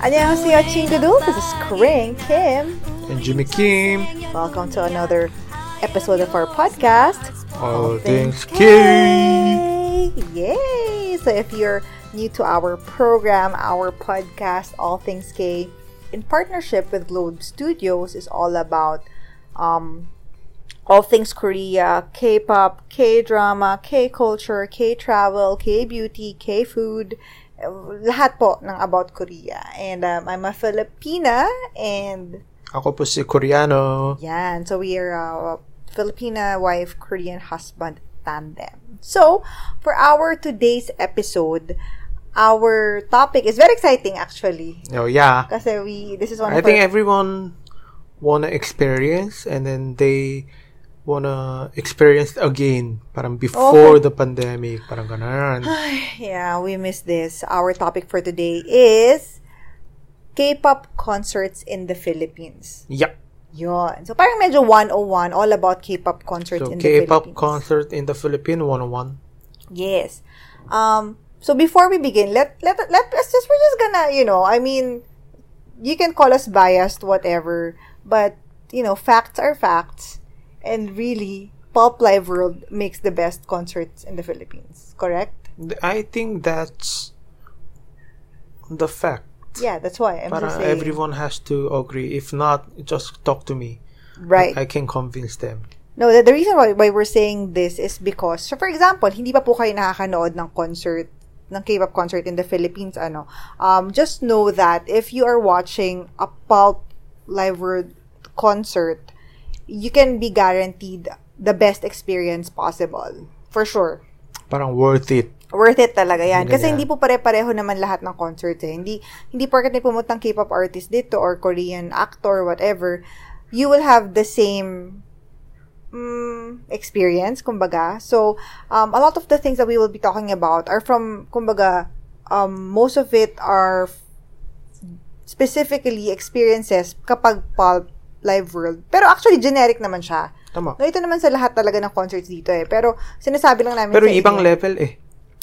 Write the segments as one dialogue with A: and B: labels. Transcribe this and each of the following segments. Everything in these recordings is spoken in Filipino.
A: 안녕하세요 친구들. This is Kring Kim.
B: and Jimmy Kim.
A: Welcome to another episode of our podcast. Oh,
B: All things K.
A: K. Yay! So if you're new to our program, our podcast, All Things K, in partnership with Globe Studios, is all about um, all things Korea, K-pop, K-drama, K-culture, K-travel, K-beauty, K-food, eh, lahat po ng about Korea. And um, I'm a Filipina and
B: Ako po si Koreano.
A: yeah, and so we are a Filipina wife, Korean husband tandem. So, for our today's episode, our topic is very exciting actually.
B: Oh yeah.
A: Kasi we, this is one
B: I
A: of our,
B: think everyone wanna experience and then they wanna experience again. Parang before the pandemic. Parang ganun.
A: yeah, we missed this. Our topic for today is K-pop concerts in the Philippines.
B: yeah.
A: Yun. So, parang medyo 101, all about K-pop concerts
B: So
A: in the
B: K-pop
A: Philippines.
B: concert in the Philippines 101.
A: Yes. Um, so before we begin, let let let us just we're just gonna you know I mean, you can call us biased whatever, but you know facts are facts, and really, Pop Live World makes the best concerts in the Philippines. Correct?
B: I think that's the fact.
A: Yeah, that's why I'm just
B: Parang
A: saying.
B: everyone has to agree. If not, just talk to me.
A: right.
B: I can convince them.
A: No, the, the reason why, why we're saying this is because, so for example, hindi pa po kayo nakakanood ng concert, ng K-pop concert in the Philippines, ano, um, just know that if you are watching a Pulp Live World concert, you can be guaranteed the best experience possible. For sure.
B: Parang worth it.
A: Worth it talaga yan.
B: Talaga
A: Kasi
B: yan.
A: hindi po pare-pareho naman lahat ng concerts eh. Hindi, hindi porket may pumuntang K-pop artist dito or Korean actor, whatever, you will have the same mm, experience, kumbaga. So, um, a lot of the things that we will be talking about are from, kumbaga, um, most of it are f- specifically experiences kapag pulp live world. Pero actually, generic naman siya.
B: Tama.
A: No, ito naman sa lahat talaga ng concerts dito eh. Pero, sinasabi lang namin
B: Pero
A: sa
B: ibang
A: inyo.
B: level eh.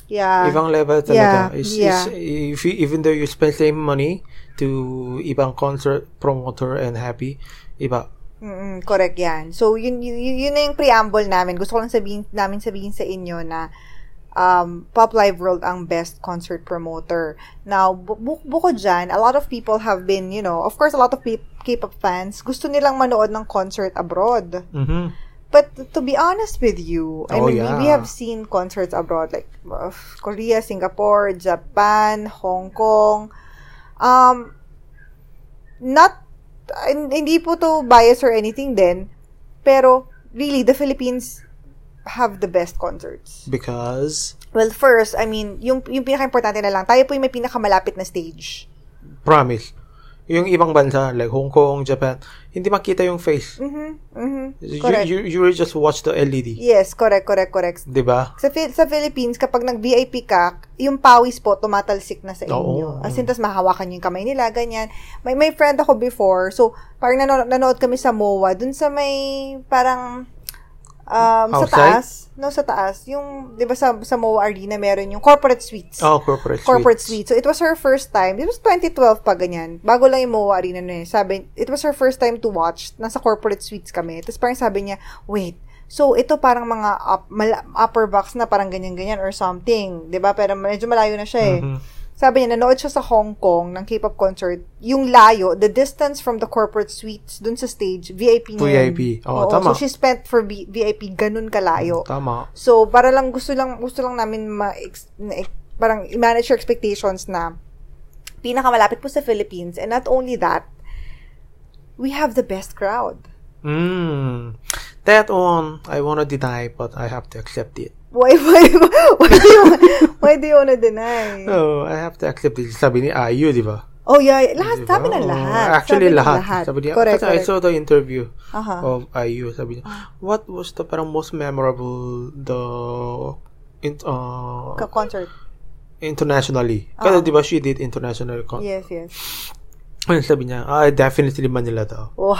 A: Yeah.
B: ibang level
A: Ah, yeah,
B: talaga. is,
A: yeah.
B: Is, if you, even though you spend same money to ibang concert promoter and happy, iba.
A: mm correct yan. So, yun, yun, yun yun na yung preamble namin. Gusto ko lang sabihin, namin sabihin sa inyo na um, Pop Live World ang best concert promoter. Now, bu- bu- bukod dyan, a lot of people have been, you know, of course, a lot of pe- K-pop fans, gusto nilang manood ng concert abroad.
B: Mhm.
A: But to be honest with you, I
B: Oh,
A: mean,
B: yeah.
A: we, we have seen concerts abroad like uh, Korea, Singapore, Japan, Hong Kong. Um, not, uh, hindi po to bias or anything then, pero really, the Philippines have the best concerts.
B: Because
A: Well, first, I mean, yung, yung pinaka-importante na lang, tayo po yung may pinakamalapit na stage.
B: promise. Yung ibang bansa like Hong Kong, Japan, hindi makita yung face.
A: Mm-hmm, mm-hmm,
B: You,
A: correct.
B: you, you will just watch the E LED.
A: yes, correct, correct, correct.
B: Diba?
A: Sa, Phil- sa Philippines, kapag nag-VIP ka, yung pawis po, tumatalsik na sa inyo.
B: Oo.
A: As in, tas mahawakan niyo yung kamay nila, ganyan. May, may friend ako before, so, parang nanonood, nanood kami sa MOA, dun sa may, parang, um, sa
B: Outside?
A: taas. No, sa taas. Yung, di ba sa, sa MOA Arena, meron yung corporate suites.
B: Oh, corporate
A: Corporate suite.
B: suites.
A: So, it was her first time. It was 2012 pa ganyan. Bago lang yung MOA Arena na yun. Sabi, it was her first time to watch. Nasa corporate suites kami. Tapos parang sabi niya, wait, so ito parang mga up- mala- upper box na parang ganyan-ganyan or something. 'Di ba Pero medyo malayo na siya eh.
B: Mhm.
A: Sabi niya, nanood siya sa Hong Kong ng K-pop concert. Yung layo, the distance from the corporate suites dun sa stage, VIP niya. yun.
B: VIP. Oo, tama.
A: So, she spent for B- VIP ganun kalayo.
B: Tama.
A: So, para lang gusto lang gusto lang namin ma ex- na- ex- parang manage your expectations na pinakamalapit po sa Philippines and not only that, we have the best crowd.
B: Mm. That one, I wanna deny, but I have to accept it.
A: Why why why do you, why do you wanna deny?
B: Oh, I have to accept it. Sabi ni IU, di ba?
A: Oh yeah, lahat
B: Diba?
A: sabi ng
B: Oo.
A: lahat.
B: Actually,
A: sabi ng
B: lahat. Sabi niya,
A: correct,
B: kasi I
A: correct. Uh-huh.
B: saw the interview
A: Aha.
B: of IU. Sabi niya, what was the parang most memorable the in, uh,
A: Ka- concert.
B: internationally?
A: Ah.
B: Kasi di ba she did international con-
A: Yes, yes.
B: And sabi niya, ah, definitely Manila daw.
A: Wow.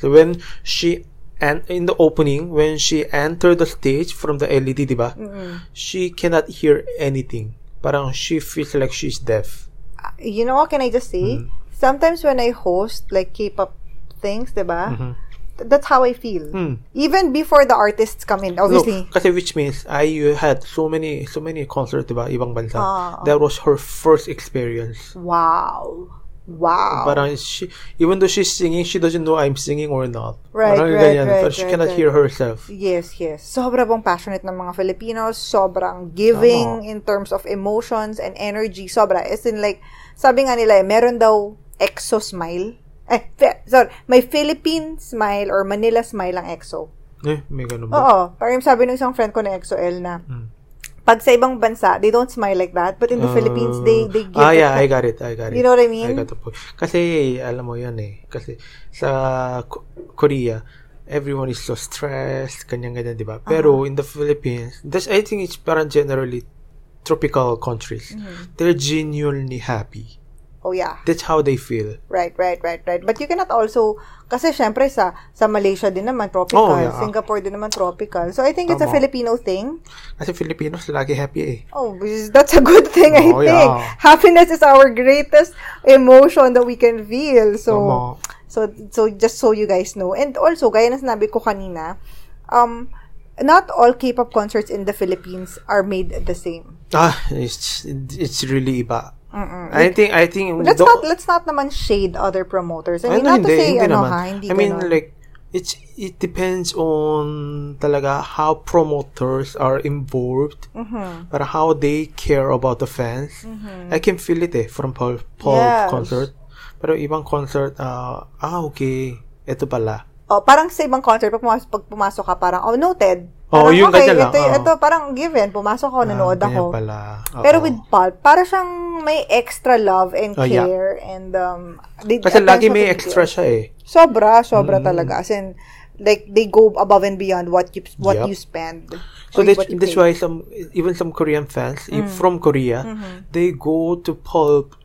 B: So when she, and in the opening, when she entered the stage from the
A: Mm.
B: LED, di ba?
A: Mm-mm.
B: She cannot hear anything. Parang she feels like she's deaf.
A: Ah, you know what can I just say?
B: Mm-hmm.
A: Sometimes when I host like K-pop things, 'di ba?
B: Mhm.
A: Th- That's how I feel.
B: Mm.
A: Even before the artists come in,
B: No,
A: obviously.
B: kasi which means I had so many so many concerts, diba? Ibang bansa.
A: Ah.
B: That was her first experience.
A: Wow. Wow.
B: Parang she, even though she's singing, she doesn't know I'm singing or not.
A: Right,
B: Parang
A: right,
B: ganyan.
A: right,
B: Parang she
A: right,
B: cannot
A: right.
B: hear herself.
A: Yes, yes. Sobra pong passionate ng mga Filipinos. Sobrang giving
B: Tama.
A: in terms of emotions and energy. Sobra. As in like, sabi nga nila eh, meron daw exo smile. Eh, fe- sorry. May Philippine smile or Manila smile ang exo.
B: Eh, may ganun ba?
A: Oo. Parang sabi ng isang friend ko na exo L na,
B: Mm.
A: pag sa ibang bansa, they don't smile like that. But in the Philippines, they, they give
B: Uh, Ah,
A: it
B: yeah,
A: that-
B: I got it. I got it.
A: You know what I mean?
B: I got the point. Kasi, alam mo yan eh. Kasi, sa Ko- Korea, everyone is so stressed, ganyan-ganyan, di
A: Ah.
B: ba? Pero, in the Philippines, that's, I think it's parang generally tropical countries.
A: Mm-hmm.
B: They're genuinely happy.
A: Oh, yeah.
B: That's how they feel.
A: Right, right, right, right. But you cannot also, kasi syempre sa, sa Malaysia din naman tropical,
B: Oh, yeah.
A: Singapore din naman tropical. So I think it's a
B: Tama.
A: Filipino thing.
B: Kasi Filipinos, lagi happy eh.
A: Oh, is- that's a good thing, I
B: Oh,
A: think.
B: yeah.
A: Happiness is our greatest emotion that we can feel. So,
B: Tama.
A: so, so just so you guys know. And also, gaya na sinabi ko kanina, um, not all K-pop concerts in the Philippines are made the same.
B: Ah, it's, it's really iba. I think, I think...
A: Let's
B: the-
A: not let's not naman shade other promoters. I mean, not to say ano ha, hindi
B: I mean,
A: ganon.
B: like, it's, it depends on talaga how promoters are involved
A: Mm-hmm.
B: but how they care about the fans. I can feel it eh, from Paul, Paul
A: Yes.
B: concert. Pero ibang concert, ah, ah, okay, ito pala.
A: Oh, parang sa ibang concert, pag pumasok, pag pumasok ka, parang, oh, noted.
B: Oo,
A: Parang,
B: yung
A: okay,
B: ganyan lang,
A: Ito,
B: oo.
A: ito, parang given. Pumasok ako, nanood
B: Ah,
A: ako.
B: ganyan pala. Oo.
A: Pero with Pulp, para siyang may extra love and
B: Oh, yeah.
A: care and um they-
B: Kasi
A: attention
B: lagi
A: to
B: may
A: detail.
B: extra Mm. siya eh.
A: Oh, Sobra, sobra talaga. As in, like they go above and beyond what you what
B: Yep.
A: you spend.
B: So
A: or
B: that's,
A: what you
B: that's
A: pay. Mm.
B: why some even some Korean fans if from Korea
A: Mm-hmm.
B: they go to pulp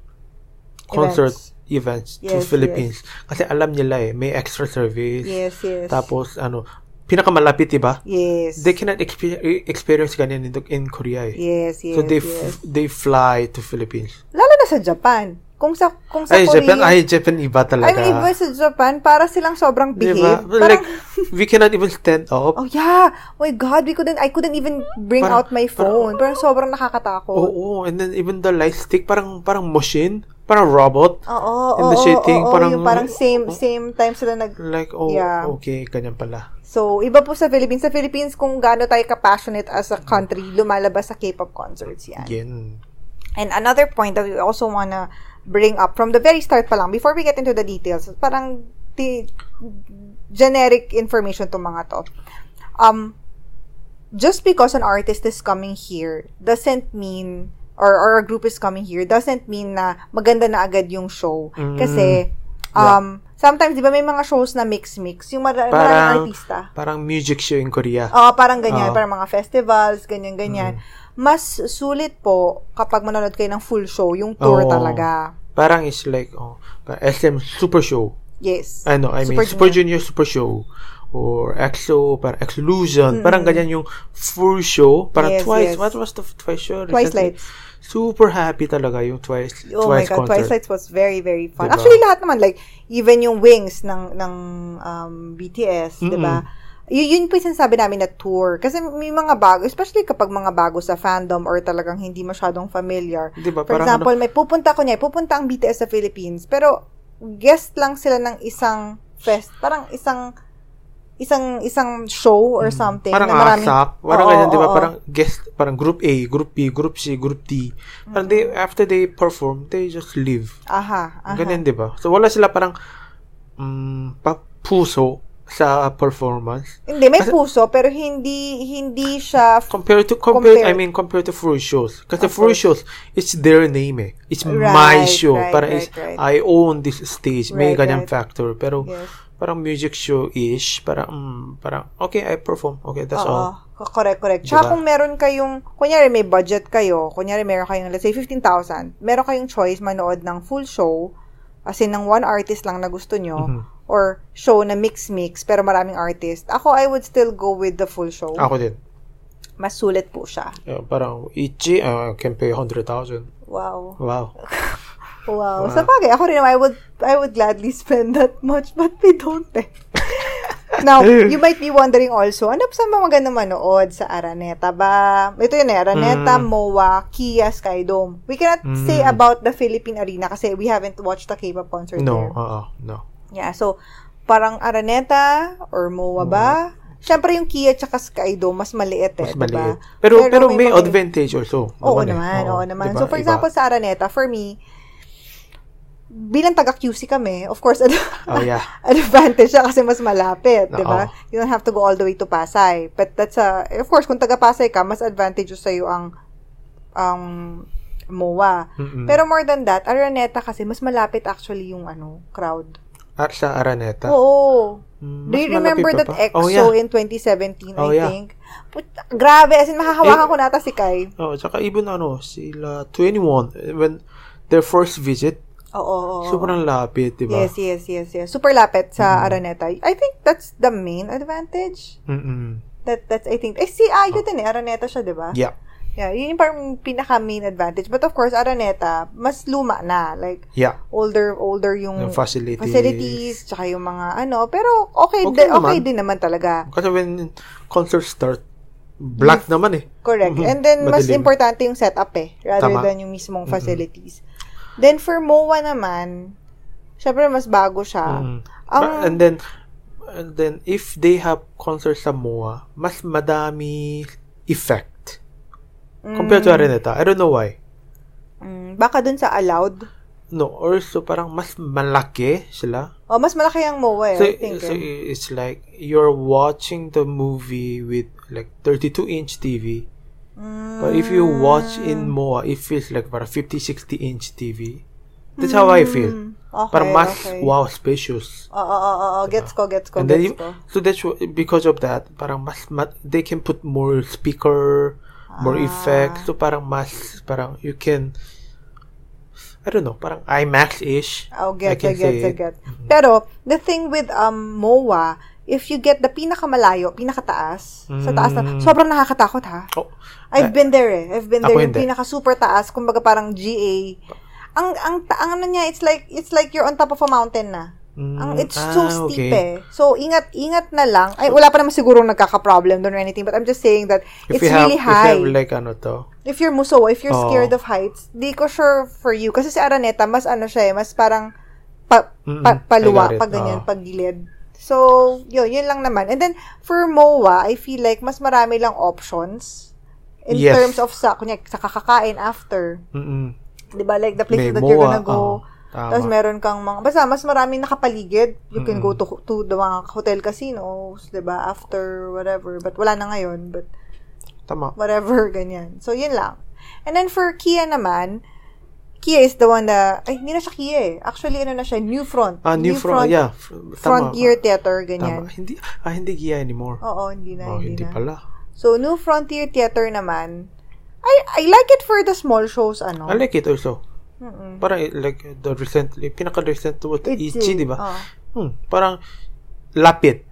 B: concert events, to
A: Yes,
B: Philippines kasi alam nila eh may extra service.
A: Yes, yes.
B: Tapos ano pinakamalapit 'di ba?
A: yes.
B: They cannot expe- experience ganyan in, the- in Korea eh.
A: yes, yes.
B: so they f-
A: yes.
B: they fly to Philippines.
A: Lalo na sa Japan. Kung sa kung sa
B: Ay
A: Korea,
B: Japan, ay Japan iba
A: I
B: talaga.
A: mean, iba sa Japan, para silang sobrang
B: Di
A: behave.
B: ba?
A: Parang,
B: Like we cannot even stand up.
A: Oh yeah. My god, we couldn't I couldn't even bring
B: Parang-
A: out my phone. Parang sobrang nakakatakot.
B: Oo, and then even the light stick parang parang machine, parang robot.
A: Oo,
B: And
A: oo,
B: Oh, the shitting,
A: oo, oo,
B: parang- oh.
A: yung parang same same time sila nag
B: Like, oh,
A: Yeah.
B: okay, ganyan pala.
A: So, iba po sa Philippines. Sa Philippines, kung gaano tayo ka-passionate as a country, lumalabas sa K-pop concerts yan.
B: Again.
A: And another point that we also wanna bring up from the very start pa lang, before we get into the details, parang ti- generic information to mga to. Um, just because an artist is coming here doesn't mean or, or a group is coming here doesn't mean na maganda na agad yung show. Kasi, um, sometimes, di ba may mga shows na mix-mix, yung mara- maraming
B: Parang,
A: artista.
B: parang music show in Korea.
A: Oo, parang ganyan.
B: Oo. Mm-hmm.
A: Parang mga festivals, ganyan-ganyan. Mas sulit po kapag manonood kayo ng full show, yung tour
B: Oo.
A: talaga.
B: Parang it's like, oh, parang SM Super Show.
A: Yes.
B: Ano, I mean,
A: Super
B: Super Junior Super Show. Or EXO, parang Exclusion. Parang ganyan yung full show. Parang
A: Yes,
B: twice.
A: yes.
B: What was the f- twice show?
A: Twice
B: recently?
A: Lights.
B: Super happy talaga yung twice,
A: Oh my
B: twice
A: God,
B: concert.
A: Twice Lights was very, very fun.
B: Diba?
A: Actually, lahat naman, like, even yung Wings ng, ng um, BTS, di ba? diba? Y- yun po yung sinasabi namin na tour. Kasi may mga bago, especially kapag mga bago sa fandom or talagang hindi masyadong familiar.
B: Diba?
A: For
B: Parang
A: example, may pupunta ko niya, pupunta ang BTS sa Philippines, pero guest lang sila ng isang fest, parang isang isang isang show or something.
B: Hmm. Parang
A: na maraming-
B: ASAP. Parang
A: Oo,
B: ganyan, di ba?
A: oo, oo.
B: Parang guest, parang group A, group B, group C, group D. Parang they, after they perform, they just leave.
A: Aha, aha.
B: Ganyan, di ba? So, wala sila parang mm, papuso sa performance.
A: Hindi, may puso, pero hindi, hindi siya
B: Compared to, compared,
A: Compared.
B: I mean, compared to free shows. Kasi free shows, it's their name eh. It's my
A: Right,
B: show.
A: right,
B: parang
A: right,
B: it's,
A: right.
B: I own this stage. May
A: Right,
B: ganyang
A: right.
B: factor. Pero,
A: Yes.
B: parang music show-ish. Parang, mm, parang, okay, I perform. Okay, that's all.
A: Oo. Co- Correct, correct. Tsaka
B: Diba?
A: kung meron kayong, kunyari may budget kayo, kunyari meron kayong, let's say, 15,000, meron kayong choice manood ng full show, as in ng one artist lang na gusto nyo,
B: Mm-hmm.
A: or show na mix-mix, pero maraming artist. Ako, I would still go with the full show.
B: Ako din.
A: Mas sulit po siya.
B: Yeah, parang each uh, can pay 100,000.
A: Wow.
B: Wow.
A: Wow. Sa bagay, ako rin naman, I would, I would gladly spend that much, but we don't eh. Now,
B: Eh.
A: you might be wondering also, ano pa sa mga magandang manood sa Araneta ba? Ito yun eh, Araneta,
B: Mm.
A: MOA, Kia, Skydome. We cannot
B: Mm.
A: say about the Philippine Arena kasi we haven't watched the K-pop concert there.
B: No, oo, no.
A: Yeah, so, parang Araneta or MOA ba? Syempre yung Kia tsaka Skydome, mas maliit eh,
B: Hmm. Mas
A: diba?
B: maliit. Pero,
A: Pero
B: pero,
A: may
B: may,
A: mga-
B: advantage also.
A: Oo
B: eh.
A: naman, oo naman.
B: Diba?
A: So, for
B: Iba.
A: example, sa Araneta, for me, bilang taga-QC kami, of course, ano,
B: Oh, yeah.
A: advantage siya kasi mas malapit, di ba?
B: Oo.
A: You don't have to go all the way to Pasay. But that's a, of course, kung taga-Pasay ka, mas advantageous sa'yo ang ang MOA.
B: Mm-mm.
A: Pero more than that, Araneta kasi mas malapit actually yung ano, crowd.
B: At sa Araneta.
A: Oo.
B: Mm,
A: Oh, Do you
B: mas malapit
A: remember
B: pa
A: that
B: pa.
A: EXO
B: Oh, yeah.
A: in 2017,
B: Oh,
A: I
B: yeah. Eh,
A: think? Put, grabe, as in makahawakan ko nata si Kai.
B: Oh, tsaka even ano, sila 21, when their first visit,
A: Oo, oo, oo.
B: sobrang lapit, di ba?
A: Oh. Yes, yes, yes, yes. Super lapit sa
B: Mm-hmm.
A: Araneta. I think that's the main advantage.
B: Mm-mm.
A: That that's I think. Eh si Ayo din eh, Araneta siya, 'di ba?
B: Oh. Yeah.
A: Yeah, yun yung parang pinaka main advantage. But of course, Araneta, mas luma na. Like
B: Yeah.
A: older older yung
B: Yung facilities.
A: facilities, tsaka yung mga ano, pero okay,
B: Okay
A: din- okay
B: naman.
A: din naman talaga.
B: Kasi when concert start, black naman eh.
A: Correct.
B: Mhm.
A: And then mas
B: Madilim.
A: importante yung setup eh, rather
B: Tama. Mm-hmm.
A: than yung mismong facilities. Then for MOA naman, syempre mas bago siya.
B: Mm.
A: Ang-
B: Ba- and then, and then, if they have concert sa MOA, mas madami effect Mm-hmm. compared to Araneta. I don't know why.
A: Mm, baka dun sa allowed.
B: No, or so parang mas malaki sila.
A: Oh, mas malaki ang MOA eh,
B: So,
A: I think.
B: so
A: eh.
B: it's like you're watching the movie with like 32 inch TV. But if you watch
A: Ah.
B: in MOA, it feels like para 50, 60 inch TV. That's how I feel.
A: Mm, okay,
B: Para mas
A: okay.
B: wow spacious.
A: Oo, oo, oo, oo, gets ko, gets ko,
B: And then
A: gets
B: you-
A: ko.
B: so that's wh- because of that, parang mas, ma- they can put more speaker, more
A: Ah.
B: effects. So parang mas parang you can I don't know, parang IMAX-ish.
A: Oh,
B: I
A: get,
B: can
A: get, get,
B: say
A: get, get.
B: it.
A: Pero, the thing with um, MOA, if you get the pinakamalayo, pinakataas, sa taas na,
B: Mm.
A: sobrang nakakatakot ha.
B: Oh,
A: I've been there eh. I've been there.
B: Ako
A: Yung
B: hindi.
A: pinaka super taas, kumbaga parang GA. Ang, ang, ta- ang ano niya, it's like, it's like you're on top of a mountain na.
B: mm,
A: Ang, it's so
B: ah,
A: steep
B: okay.
A: eh. So, ingat, ingat na lang. Ay, wala pa naman siguro nagkaka-problem doon or anything, but I'm just saying that
B: If
A: it's
B: you have,
A: really
B: If
A: high.
B: you have like ano to,
A: If you're muso, if you're
B: Oo.
A: scared of heights, di ko sure for you. Kasi si Araneta, mas ano siya eh, mas parang pa, pa,
B: Mm-mm, I
A: paluwa,
B: got it.
A: pag ganyan,
B: Oo.
A: pag gilid. So, yun, yun lang naman. And then, for MOA, I feel like mas marami lang options in
B: Yes.
A: terms of sa, kunya, sa kakakain after.
B: mm
A: Di ba? Like, the places that you're gonna go.
B: ah. tama.
A: Tapos meron kang mga, basta mas maraming nakapaligid. You can go to,
B: Mm-mm.
A: to the mga hotel casinos, di ba? After, whatever. But wala na ngayon. But
B: tama.
A: whatever, ganyan. So, yun lang. And then for Kia naman, Kia is the one na, ay, hindi na siya Kia eh. Actually, ano na siya, New Front.
B: Ah, new, front, yeah. Fr-
A: Front
B: tama.
A: Gear Theater,
B: Tama.
A: ganyan.
B: Hindi, ah, hindi Gia anymore.
A: Oo, hindi na,
B: oh,
A: hindi,
B: hindi
A: na.
B: pala.
A: So, New Frontier Theater naman, I, I like it for the small shows, ano.
B: I like it also.
A: Mm-mm.
B: Parang eh, like the recent, pinaka-recent was the
A: It's,
B: Ichi,
A: eh,
B: di ba?
A: oo.
B: Hmm, parang lapit.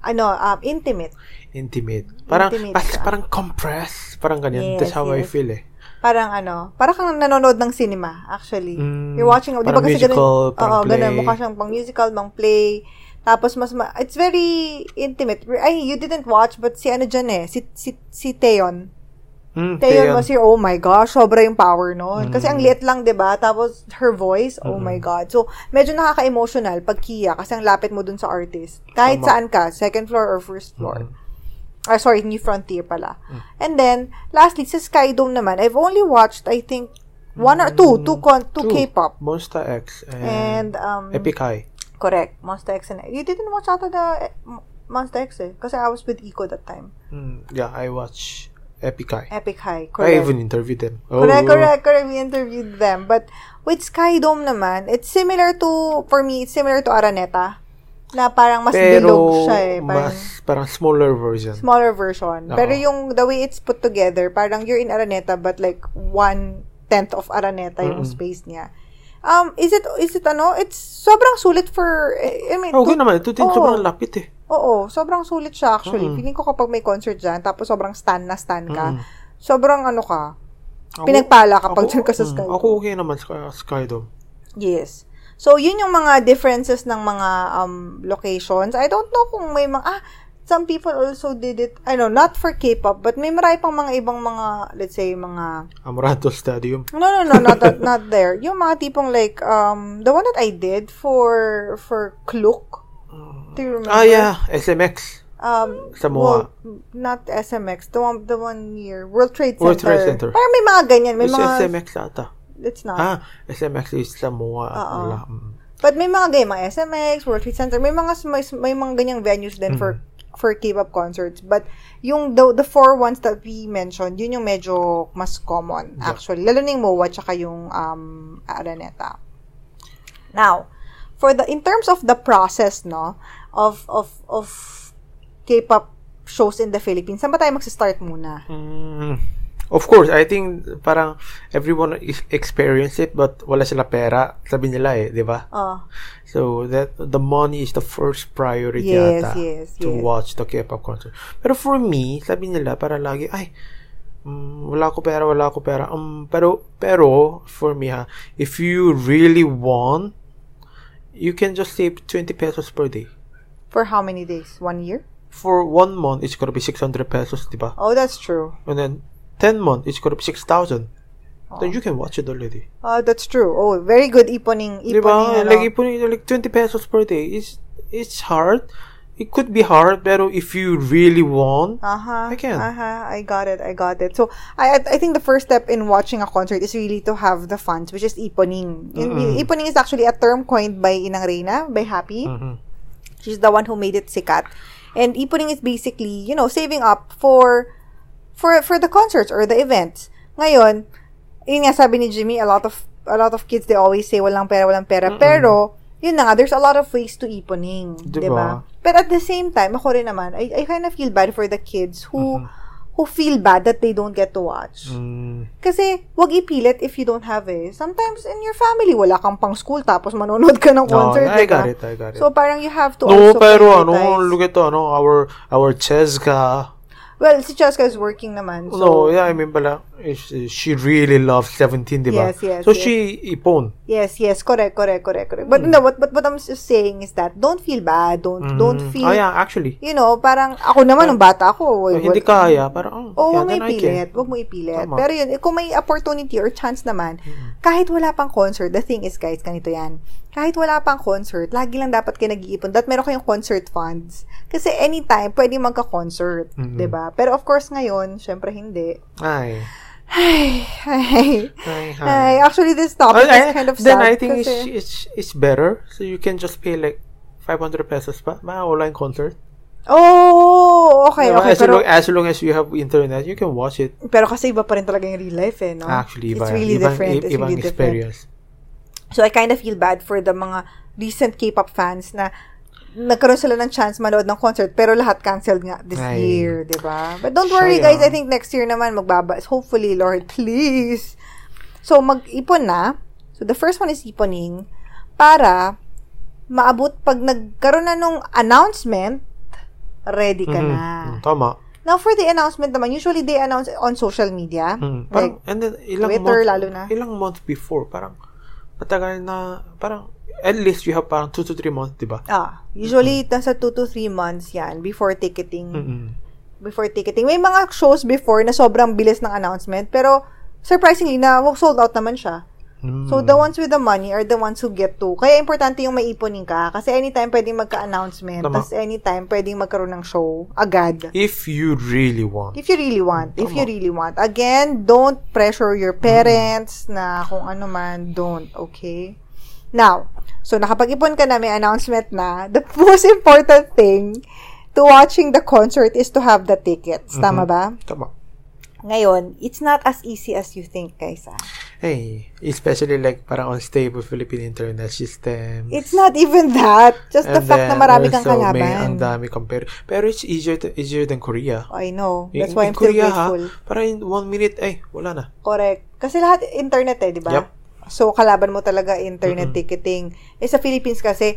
A: Ano, um, intimate.
B: Intimate. Parang,
A: Intimate
B: as-
A: siya.
B: parang compressed. Parang ganyan.
A: Yes,
B: That's how I
A: yes.
B: feel eh.
A: Parang ano, parang kang nanonood ng cinema, actually.
B: Mm,
A: You're watching, di ba
B: parang
A: kasi
B: musical,
A: ganun,
B: parang
A: oo, ganun,
B: play.
A: mukha siyang pang musical, pang play. Tapos mas, ma- it's very intimate. Ay, you didn't watch, but si ano dyan eh, si, si, si Teon.
B: Hmm,
A: Teon
B: kaya-
A: was here, oh my gosh, sobra yung power nun. Kasi
B: Mm.
A: ang liit lang, di ba? Tapos her voice, oh my God. So, medyo nakaka-emotional pag Kia kasi ang lapit mo dun sa artist. Kahit
B: Tama.
A: saan ka, second floor or first floor.
B: Mm.
A: Ah, sorry, New Frontier pala. And then, lastly, sa Skydome naman, I've only watched, I think, one or two, two, con- two,
B: Two.
A: K-pop.
B: Monster X
A: And,
B: and,
A: um,
B: Epic High.
A: correct, Monster X and, you didn't watch ata the eh, M- Monster X eh, kasi I was with Eco that time.
B: Hmm, yeah, I watch Epic High.
A: Epic High,
B: I
A: correct.
B: even interviewed them. Oh,
A: Correct, correct, correct. We interviewed them. But with Skydome naman, it's similar to, for me, it's similar to Araneta. Na parang mas bilog
B: Pero,
A: siya eh. Parang
B: mas, parang smaller version.
A: smaller version.
B: Oo.
A: Pero yung, the way it's put together, parang you're in Araneta but like one-tenth of Araneta yung
B: Mm-mm.
A: space niya. Um, is it, is it ano, it's sobrang sulit for, eh, I mean,
B: Oh, okay
A: to-
B: naman. Ito din,
A: Oo.
B: sobrang lapit eh.
A: Oo, sobrang sulit siya actually.
B: Mm-mm.
A: Feeling ko kapag may concert dyan, tapos sobrang stan na stan ka,
B: Mm-mm.
A: sobrang ano ka,
B: Ako-
A: Pinagpala kapag dyan ka sa
B: mm,
A: Skydome.
B: Ako okay naman sa Skydome.
A: Yes. So, yun yung mga differences ng mga um, locations. I don't know kung may mga, ah, some people also did it, I know, not for K-pop, but may marami pang mga ibang mga, let's say, mga,
B: Amorato Stadium.
A: no, no, no, not, that- not there. Yung mga tipong like, um, the one that I did for, for Klook, do you remember?
B: Ah, yeah. SMX.
A: Um,
B: Sa
A: World-
B: MOA.
A: not SMX, the one, the one near, World Trade Center.
B: World Trade Center.
A: Parang may mga ganyan, may
B: It's
A: mga,
B: SMX ata.
A: it's not.
B: Ah, SMX is Samoa. at
A: Oo.
B: wala. Mm.
A: But may mga gay, mga SMX, World Trade Center, may mga may, may mga ganyang venues din
B: Mm-hmm.
A: for for K-pop concerts. But yung the, the four ones that we mentioned, yun yung medyo mas common
B: Yeah.
A: actually. Lalo na yung MOA tsaka yung um, Araneta. Now, for the in terms of the process no of of of K-pop shows in the Philippines, saan ba tayo magsa-start muna?
B: Mm. Of course, I think parang everyone is experience it but wala sila pera. Sabi nila eh, di ba?
A: Oh,
B: So that the money is the first priority
A: Yes,
B: ata
A: yes,
B: to
A: yes.
B: watch the K-pop concert. Pero for me, sabi nila para lagi ay mm, wala ko pera, wala ko pera. Um, pero pero for me ha, if you really want, you can just save 20 pesos per day.
A: for how many days? One year?
B: For one month, it's gonna be 600 pesos, di ba?
A: Oh, that's true.
B: And then 10 months, it's gonna be 6,000. Then you can watch it already.
A: Oh, that's true. Oh, very good iponing iponing.
B: Di ba?
A: ano.
B: Like, ipunin, like 20 pesos per day. It's, it's hard. It could be hard, pero if you really want,
A: Uh-huh.
B: I can.
A: Uh-huh. I got it. I got it. So, I I- I think the first step in watching a concert is really to have the funds, which is iponing. Yun- yun- Iponing is actually a term coined by Inang Reyna, by Happy.
B: Mm.
A: She's the one who made it sikat. And iponing is basically, you know, saving up for for for the concerts or the events. Ngayon, yun nga sabi ni Jimmy, a lot of a lot of kids they always say walang pera, walang pera. Pero yun na nga, there's a lot of ways to iponing, 'di ba?
B: Diba?
A: But at the same time, ako rin naman, I, I kind of feel bad for the kids who who feel bad that they don't get to watch.
B: mm,
A: Kasi, wag ipilit if you don't have eh. Sometimes in your family, wala kang pang school tapos manonood ka ng
B: no,
A: concert.
B: I
A: diba?
B: got it, I got it.
A: So, parang you have to
B: no,
A: also
B: pero ano,
A: prioritize.
B: look at ano, our, our Cheska.
A: Well, si Cheska is working naman. So,
B: no, yeah, I mean pala, is- is- she really loves 17, di ba?
A: Yes, yes,
B: so
A: yes.
B: she ipon.
A: yes, yes, correct, correct, correct, correct. But
B: Mm.
A: no, what, but what I'm just saying is that don't feel bad, don't don't
B: Mm.
A: feel,
B: Oh, yeah, actually.
A: you know, parang ako naman nung bata ako.
B: Pag
A: wal-
B: hindi
A: wal-
B: kaya, parang, oh,
A: Oo,
B: yeah,
A: huwag mo
B: then I can.
A: ipilit. Huwag mo ipilit.
B: Tama.
A: Pero yun, eh, kung may opportunity or chance naman, kahit wala pang concert, the thing is, guys, ganito yan. Kahit wala pang concert, lagi lang dapat kayo nag-iipon. Dapat meron kayong concert funds. Kasi anytime, pwede magka-concert.
B: Mhm.
A: 'di ba Pero of course, ngayon, syempre hindi.
B: Ay.
A: Ay, ay.
B: Ay, ay.
A: Ay, actually, this topic
B: Well,
A: is
B: I-
A: kind of
B: then
A: sad.
B: I think it's,
A: kasi-
B: it's it's better. So you can just pay like 500 pesos pa. Mga online concert.
A: Oh, okay,
B: Diba?
A: okay.
B: as,
A: Pero,
B: long, as long as you have internet, you can watch it.
A: pero kasi iba pa rin talaga yung real life eh, no?
B: Actually, iba,
A: It's really
B: ibang,
A: different.
B: i-
A: It's
B: ibang
A: really different.
B: experience.
A: So I kind of feel bad for the mga recent K-pop fans na nagkaroon sila ng chance manood ng concert pero lahat canceled nga this
B: Ay.
A: year, 'di ba? But don't
B: Siya
A: worry
B: yan.
A: guys, I think next year naman magbaba. Hopefully, Lord, please. So mag-ipon na. So the first one is iponing para maabot pag nagkaroon na nung announcement, ready ka
B: Mm,
A: na.
B: mm, tama.
A: Now for the announcement naman, usually they announce it on social media.
B: Mm.
A: Like,
B: Parang, and then, ilang
A: Twitter,
B: month,
A: lalo na.
B: Ilang month before, parang, matagal na, parang, at least you have parang 2 to 3 months, diba? di ba?
A: ah, usually nasa 2 to 3 months 'yan before ticketing
B: Mm-mm.
A: before ticketing. May mga shows before na sobrang bilis ng announcement, pero surprisingly na sold out naman siya.
B: Mm.
A: So, the ones with the money are the ones who get to. Kaya importante yung maiponin ka kasi anytime pwedeng magka-announcement,
B: Tama.
A: tapos anytime pwedeng magkaroon ng show agad.
B: If you really want.
A: If you really want. If
B: Tama. Hmm.
A: you really want. Again, don't pressure your parents na kung ano man, don't. Okay? Now, so nakapag-ipon ka na, may announcement na. The most important thing to watching the concert is to have the tickets. Tama
B: Mm-hmm.
A: ba?
B: Tama.
A: Ngayon, it's not as easy as you think, guys. ah.
B: Hey, especially like parang unstable Philippine internet system.
A: It's not even that. Just the
B: And
A: fact na
B: then
A: marami kang
B: also, May,
A: kalaban.
B: ang dami kang pero. Pero it's easier, to- easier than Korea.
A: I know.
B: In-
A: That's why I'm
B: in
A: still
B: Eh, Korea,
A: grateful.
B: Ha, parang in one minute, ay, wala na.
A: Correct. Kasi lahat internet eh, di ba?
B: Yup.
A: So, kalaban mo talaga internet ticketing. Eh, sa Philippines kasi,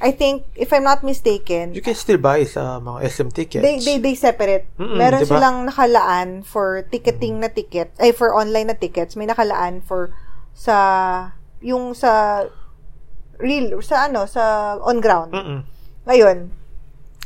A: I think, if I'm not mistaken,
B: You can still buy sa mga SM tickets.
A: they, they, they separate.
B: Mm-mm,
A: Meron
B: diba?
A: silang nakalaan for ticketing na ticket, ay for online na tickets. May nakalaan for sa, yung sa real, sa ano, sa on ground.
B: Mm-mm.
A: Ngayon,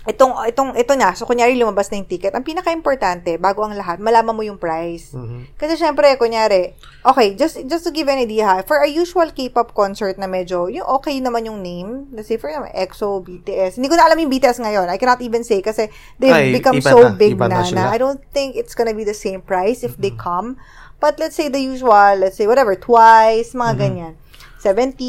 A: itong, itong, ito na, so kunyari lumabas na yung ticket, ang pinaka-importante, bago ang lahat, malaman mo yung price.
B: Mhm.
A: Kasi syempre, kunyari, okay, just just to give an idea ha, for a usual K-pop concert na medyo, yung okay naman yung name, let's say for example, EXO, BTS, hindi ko na alam yung BTS ngayon, I cannot even say kasi they've
B: Ay,
A: become
B: iba
A: so
B: na,
A: big
B: iba
A: na,
B: na sila.
A: na I don't think it's gonna be the same price if they come, but let's say the usual, let's say whatever, twice, mga ganyan, 17,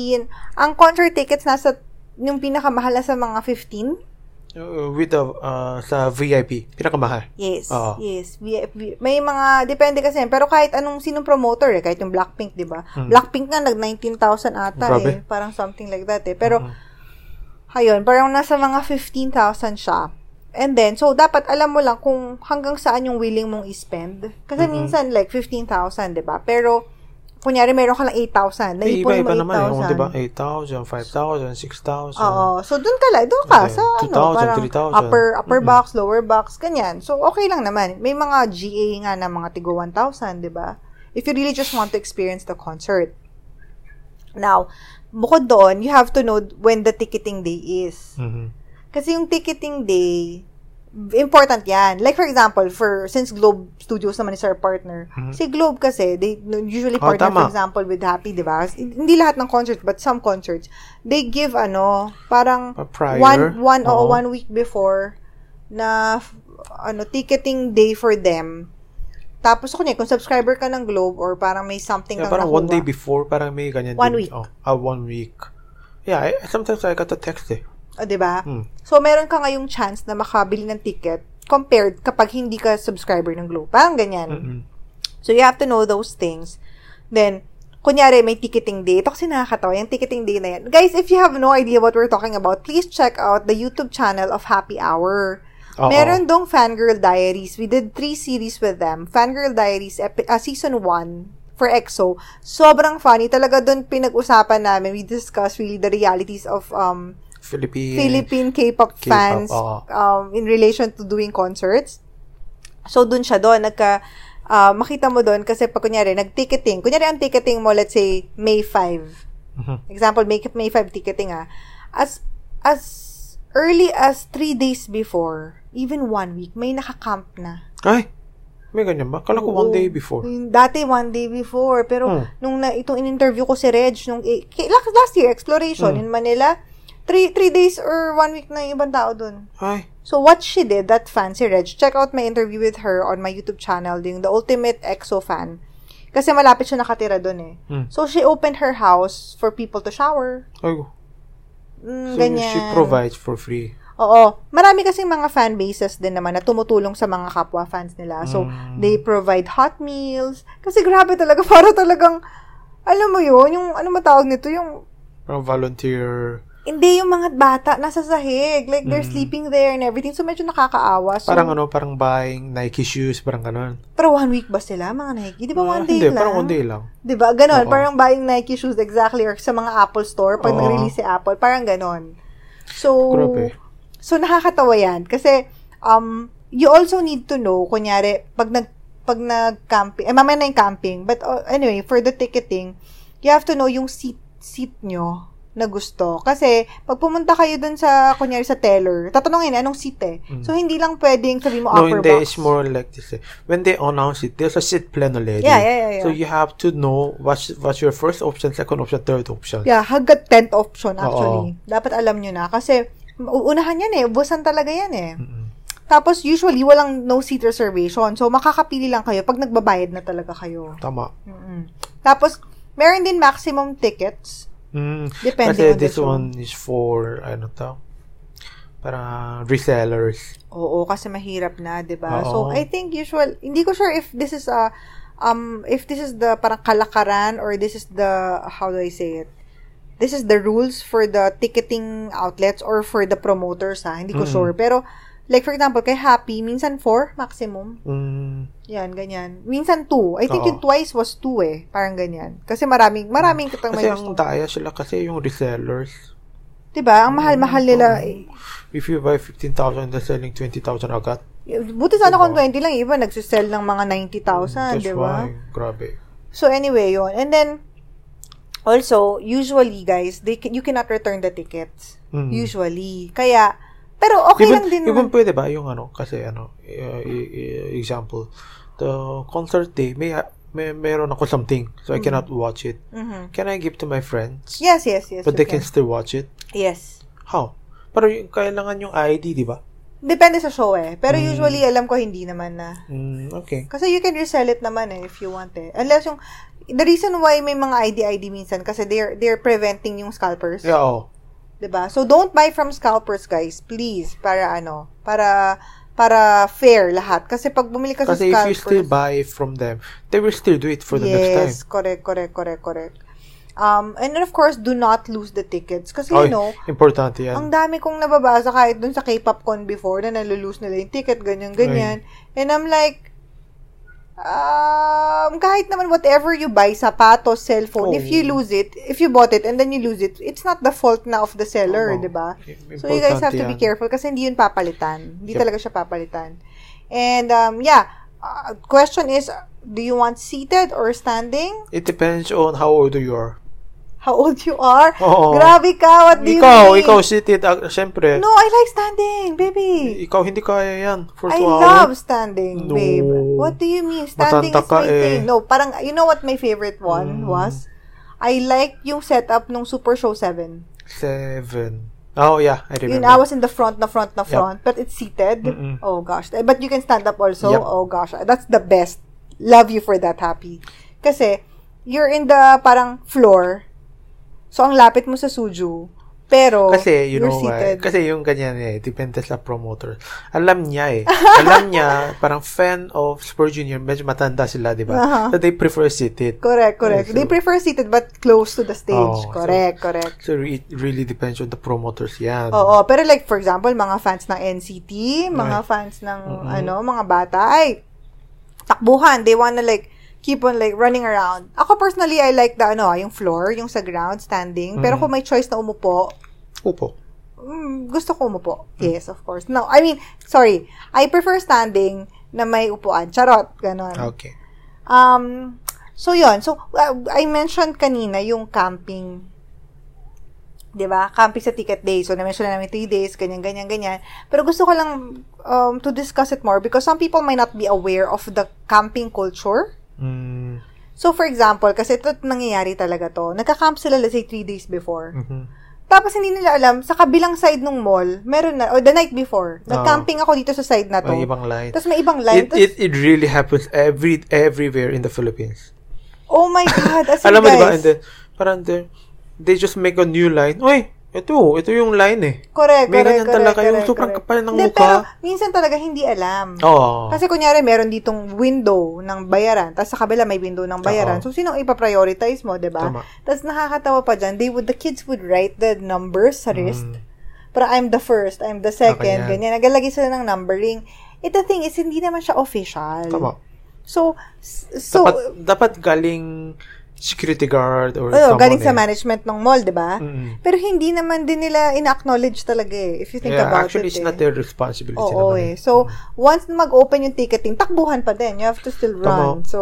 A: ang concert tickets nasa, yung pinakamahal na sa mga 15,
B: Uh, with the, uh, sa VIP. Pinakamahal.
A: Yes,
B: Oo.
A: yes. We- we- May mga, depende kasi, yan. pero kahit anong, sinong promoter eh, kahit yung Blackpink, di ba? Blackpink nga, nag-19,000 ata
B: Hmm. Grabe.
A: eh. Parang something like that eh. Pero, ayun, parang nasa mga 15,000 siya. And then, so, dapat alam mo lang kung hanggang saan yung willing mong i-spend. Kasi minsan, like, 15,000, di ba? Pero, kunyari, meron ka lang 8,000.
B: Eh,
A: Naipon
B: iba-iba
A: mo
B: naman. Eh. Kung
A: 8,000.
B: diba, 8,000, 5,000, 6,000.
A: Oo. So, dun ka lang. Dun ka.
B: Okay.
A: Sa ano,
B: 2,000,
A: parang
B: 3,000.
A: upper, upper box, lower box, ganyan. So, okay lang naman. May mga GA nga na mga tigo 1,000, di ba? If you really just want to experience the concert. Now, bukod doon, you have to know when the ticketing day is.
B: Mhm.
A: Kasi yung ticketing day, important yan. Like, for example, for since Globe Studios naman is our partner, si Globe kasi, they usually
B: Mm-hmm. Oh,
A: partner,
B: tama.
A: for example, with Happy, di ba? Hindi lahat ng concerts, but some concerts, they give, ano, parang
B: Pa- prior.
A: one, one, oo,
B: Oo.
A: one week before na, f- ano, ticketing day for them. Tapos, kung, kung subscriber ka ng Globe or parang may something
B: Uh-huh. Yeah,
A: kang
B: parang
A: nakuha.
B: one day before, parang may ganyan
A: One
B: din.
A: week.
B: Oh, ah, one week. Yeah, I, sometimes I got a text eh.
A: O, Ah, di ba?
B: Mm.
A: So, meron ka ngayong chance na makabili ng ticket compared kapag hindi ka subscriber ng Globe. Parang ganyan.
B: Mm-mm.
A: So, you have to know those things. Then, kunyari, may ticketing day. Ito kasi nakakatawa, yung ticketing day na yan. Guys, if you have no idea what we're talking about, please check out the YouTube channel of Happy Hour.
B: Oo.
A: Meron dong Fangirl Diaries. We did three series with them. Fangirl Diaries, epi- ah, Season 1 for EXO. Sobrang funny. Talaga doon pinag-usapan namin. We discussed really the realities of um,
B: Philippines.
A: Philippine K-pop,
B: K-pop,
A: fans
B: oo.
A: um, in relation to doing concerts. So, dun siya doon. Nagka, ah, makita mo doon kasi pag kunyari, nag-ticketing. Kunyari, ang ticketing mo, let's say, May 5.
B: Mhm.
A: Example, May, May 5 ticketing ah. As, as early as 3 days before, even one week, may nakakamp na.
B: Ay, may ganyan ba? Kala ko one
A: Oo.
B: day before.
A: Yung Dati, one day before. Pero,
B: Hmm.
A: nung na, itong in-interview ko si Reg, nung, eh, ki- last, last year, exploration
B: Hmm.
A: in Manila, three, three days or one week na yung ibang tao doon.
B: Ay,
A: So what she did, that fancy Reg, check out my interview with her on my YouTube channel, yung The Ultimate EXO Fan. Kasi malapit siya nakatira doon eh.
B: Mm.
A: So she opened her house for people to shower.
B: ay.
A: Mm,
B: So,
A: ganyan.
B: she provides for free.
A: Oo. Marami kasing mga fan bases din naman na tumutulong sa mga kapwa fans nila. So,
B: Mm.
A: they provide hot meals. Kasi grabe talaga. Para talagang, alam mo yun, yung ano matawag nito, yung
B: Parang volunteer.
A: hindi yung mga bata nasa sahig. Like, they're sleeping there and everything. So, medyo nakakaawa. So,
B: Mm. Parang ano, parang buying Nike shoes, parang ganun.
A: Pero one week ba sila, mga Nike? Di ba one
B: Ah,
A: day
B: hindi,
A: lang?
B: parang one day lang.
A: Di ba? Diba? Ganon.
B: Oo.
A: Parang buying Nike shoes exactly or sa mga Apple store pag
B: Oo.
A: nag-release si Apple. Parang ganon. So,
B: Grabe.
A: so nakakatawa yan. Kasi, um, you also need to know, kunyari, pag nag pag nag-camping, eh, mamaya na yung camping, but uh, anyway, for the ticketing, you have to know yung seat, seat nyo na gusto. Kasi, pag pumunta kayo dun sa, kunyari, sa teller, tatanungin, anong seat eh. So, hindi lang pwedeng sabihin mo
B: Mm. No,
A: upper
B: in there
A: box.
B: it's more like this. eh. When they announce it, there's a seat plan already.
A: Yeah, yeah, yeah, yeah.
B: So you have to know what's what's your first option, second option, third option.
A: Yeah, hanggat 10th option actually. Dapat alam nyo na. Kasi, uunahan yan eh. Ubusan talaga yan eh. Tapos, usually, walang no-seat reservation. So, makakapili lang kayo pag nagbabayad na talaga kayo.
B: Tama.
A: Mm. Tapos, meron din maximum tickets.
B: Mm.
A: Depende
B: Kasi
A: on the
B: this
A: show.
B: one is for, ano to, para resellers.
A: Oo, kasi mahirap na, 'di ba?
B: Oo.
A: So I think usual, hindi ko sure if this is a um if this is the parang kalakaran or this is the how do I say it? This is the rules for the ticketing outlets or for the promoters, ha. Hindi ko sure. Pero like for example, kay Happy, minsan four maximum.
B: Mm.
A: Yan, ganyan. Minsan two. I think
B: Oo.
A: yung twice was two eh. Parang ganyan. Kasi maraming, maraming kitang may
B: Kasi ang
A: gusto.
B: daya sila kasi yung resellers.
A: Diba? Ang mahal-mahal nila. eh.
B: Mm-hmm. If you buy 15,000, they're selling 20,000 agad.
A: Buti sana kung 20 lang, eh. iba nagsisell ng mga 90,000,
B: Diba? That's
A: di ba?
B: why, grabe.
A: So anyway, yon. And then also, usually guys, they can, you cannot return the tickets.
B: Mm.
A: Usually. Kaya pero okay
B: even,
A: lang din naman.
B: even pwede ba yung ano, kasi ano, uh, i- i- example, the concert day, may, may meron ako something, so I cannot watch it.
A: Mhm.
B: Can I give to my friends?
A: Mm-hmm. Yes, yes, yes. you
B: But they can still watch it?
A: Yes.
B: How? Pero yung, kailangan yung ID, di ba?
A: Depende sa show eh. Pero
B: Mm-hmm.
A: usually alam ko hindi naman na.
B: Mm, okay.
A: Kasi you can resell it naman eh if you want eh. Unless yung the reason why may mga ID ID minsan kasi they're they're preventing yung scalpers.
B: Yeah, oh.
A: 'di ba? So don't buy from scalpers, guys, please, para ano, para para fair lahat kasi pag bumili ka sa
B: Kasi if you
A: scalpers.
B: still buy from them, they will still do it for the
A: yes,
B: next time.
A: correct, correct, correct, correct. Um and then of course, do not lose the tickets kasi
B: Oy,
A: you know,
B: importante yan.
A: ang dami kong nababasa kahit dun sa K-pop con before na nalulose nila yung ticket, ganyan, ganyan. And I'm like, um, kahit naman whatever you buy, sapatos, cellphone,
B: Oh.
A: if you lose it, if you bought it and then you lose it, it's not the fault na of the seller,
B: Oo.
A: di ba?
B: Im-
A: So you guys have
B: Oh, importante
A: to be
B: yan.
A: careful kasi hindi yun papalitan. Hindi
B: Yep.
A: talaga siya papalitan. And um, yeah, uh, question is, do you want seated or standing?
B: It depends on how old you are.
A: How old you are?
B: Oo.
A: Grabe ka, what do you
B: Oh. Ikaw,
A: mean?
B: ikaw seated, uh, syempre.
A: No, I like standing, baby.
B: Ikaw hindi kaya yan for
A: I
B: two
A: love
B: hours.
A: standing,
B: No.
A: babe. What do you mean? Standing
B: Matanda
A: is
B: ka
A: my
B: eh.
A: thing. No, parang, you know what my favorite one
B: Mm.
A: was? I like yung setup nung Super Show 7.
B: Seven. Oh, yeah, I remember.
A: Yun, I was in the front, na front, na
B: Yep.
A: front, but it's seated.
B: Mm-mm.
A: Oh gosh. But you can stand up also.
B: Yep.
A: Oh gosh. That's the best. Love you for that, Happy. Kasi, you're in the parang floor. So, ang lapit mo sa suju. Pero,
B: Kasi, you
A: you're
B: know why?
A: seated.
B: Kasi yung ganyan eh, depende sa promoter. Alam niya eh. Alam niya, parang fan of Spurs Junior, medyo matanda sila, di ba?
A: Aha.
B: So, they prefer seated.
A: correct, correct.
B: Yeah, so-
A: They prefer seated but close to the stage.
B: Oh, so-
A: correct, correct.
B: So, it really depends on the promoters yan.
A: Oo, pero like for example, mga fans ng NCT, mga
B: Right.
A: fans ng
B: Mm-mm.
A: ano, mga bata ay takbuhan. They wanna like keep on like running around. Ako personally, I like the ano, ah, yung floor, yung sa ground, standing. Pero
B: Mm.
A: kung may choice na umupo,
B: Upo.
A: mm, gusto ko umupo. Yes, of course. No, I mean, sorry. I prefer standing na may upuan. Charot, ganon.
B: Okay.
A: Um, so yon So, uh, I mentioned kanina yung camping. 'Di ba Camping sa ticket day. So, na-mention na namin 3 days, ganyan, ganyan, ganyan. Pero gusto ko lang um, to discuss it more because some people might not be aware of the camping culture.
B: Mm,
A: So, for example, kasi ito nangyayari talaga to. Nagka-camp sila, let's say, 3 days before.
B: mhm.
A: Tapos, hindi nila alam, sa kabilang side ng mall, meron na, or the night before, nag-camping ako dito sa side na to.
B: Ah. May ibang line.
A: Tapos, may ibang line.
B: It,
A: Tapos,
B: it, it really happens every everywhere in the Philippines.
A: oh my God, as in,
B: Alam mo, di ba?
A: guys.
B: And then, parang the, they just make a new line. Uy, ito, ito yung line eh.
A: Correct,
B: May
A: correct,
B: ganyan
A: correct,
B: talaga, yung
A: correct,
B: sobrang
A: correct.
B: kapal ng
A: Hindi,
B: mukha.
A: Pero minsan talaga hindi alam.
B: Oo.
A: Kasi kunyari, meron ditong window ng bayaran, tapos sa kabila may window ng bayaran.
B: Oo.
A: So, sino ang ipaprioritize mo, di ba?
B: Tama.
A: Tapos nakakatawa pa dyan, they would, the kids would write the numbers sa wrist.
B: Mm.
A: Pero I'm the first, I'm the second,
B: Baka yan.
A: ganyan. Nagalagay sila ng numbering. It, the thing is, hindi naman siya official.
B: Tama.
A: So, s- so,
B: dapat, dapat galing security guard or
A: oh,
B: someone.
A: galing sa
B: eh.
A: management ng mall, di ba?
B: Mm-mm.
A: Pero hindi naman din nila ina-acknowledge talaga eh, if you think
B: yeah,
A: about
B: actually,
A: it.
B: it's
A: eh.
B: not their responsibility
A: Oo eh.
B: naman.
A: So, once na mag-open yung ticketing, takbuhan pa din. You have to still run.
B: Tama.
A: So,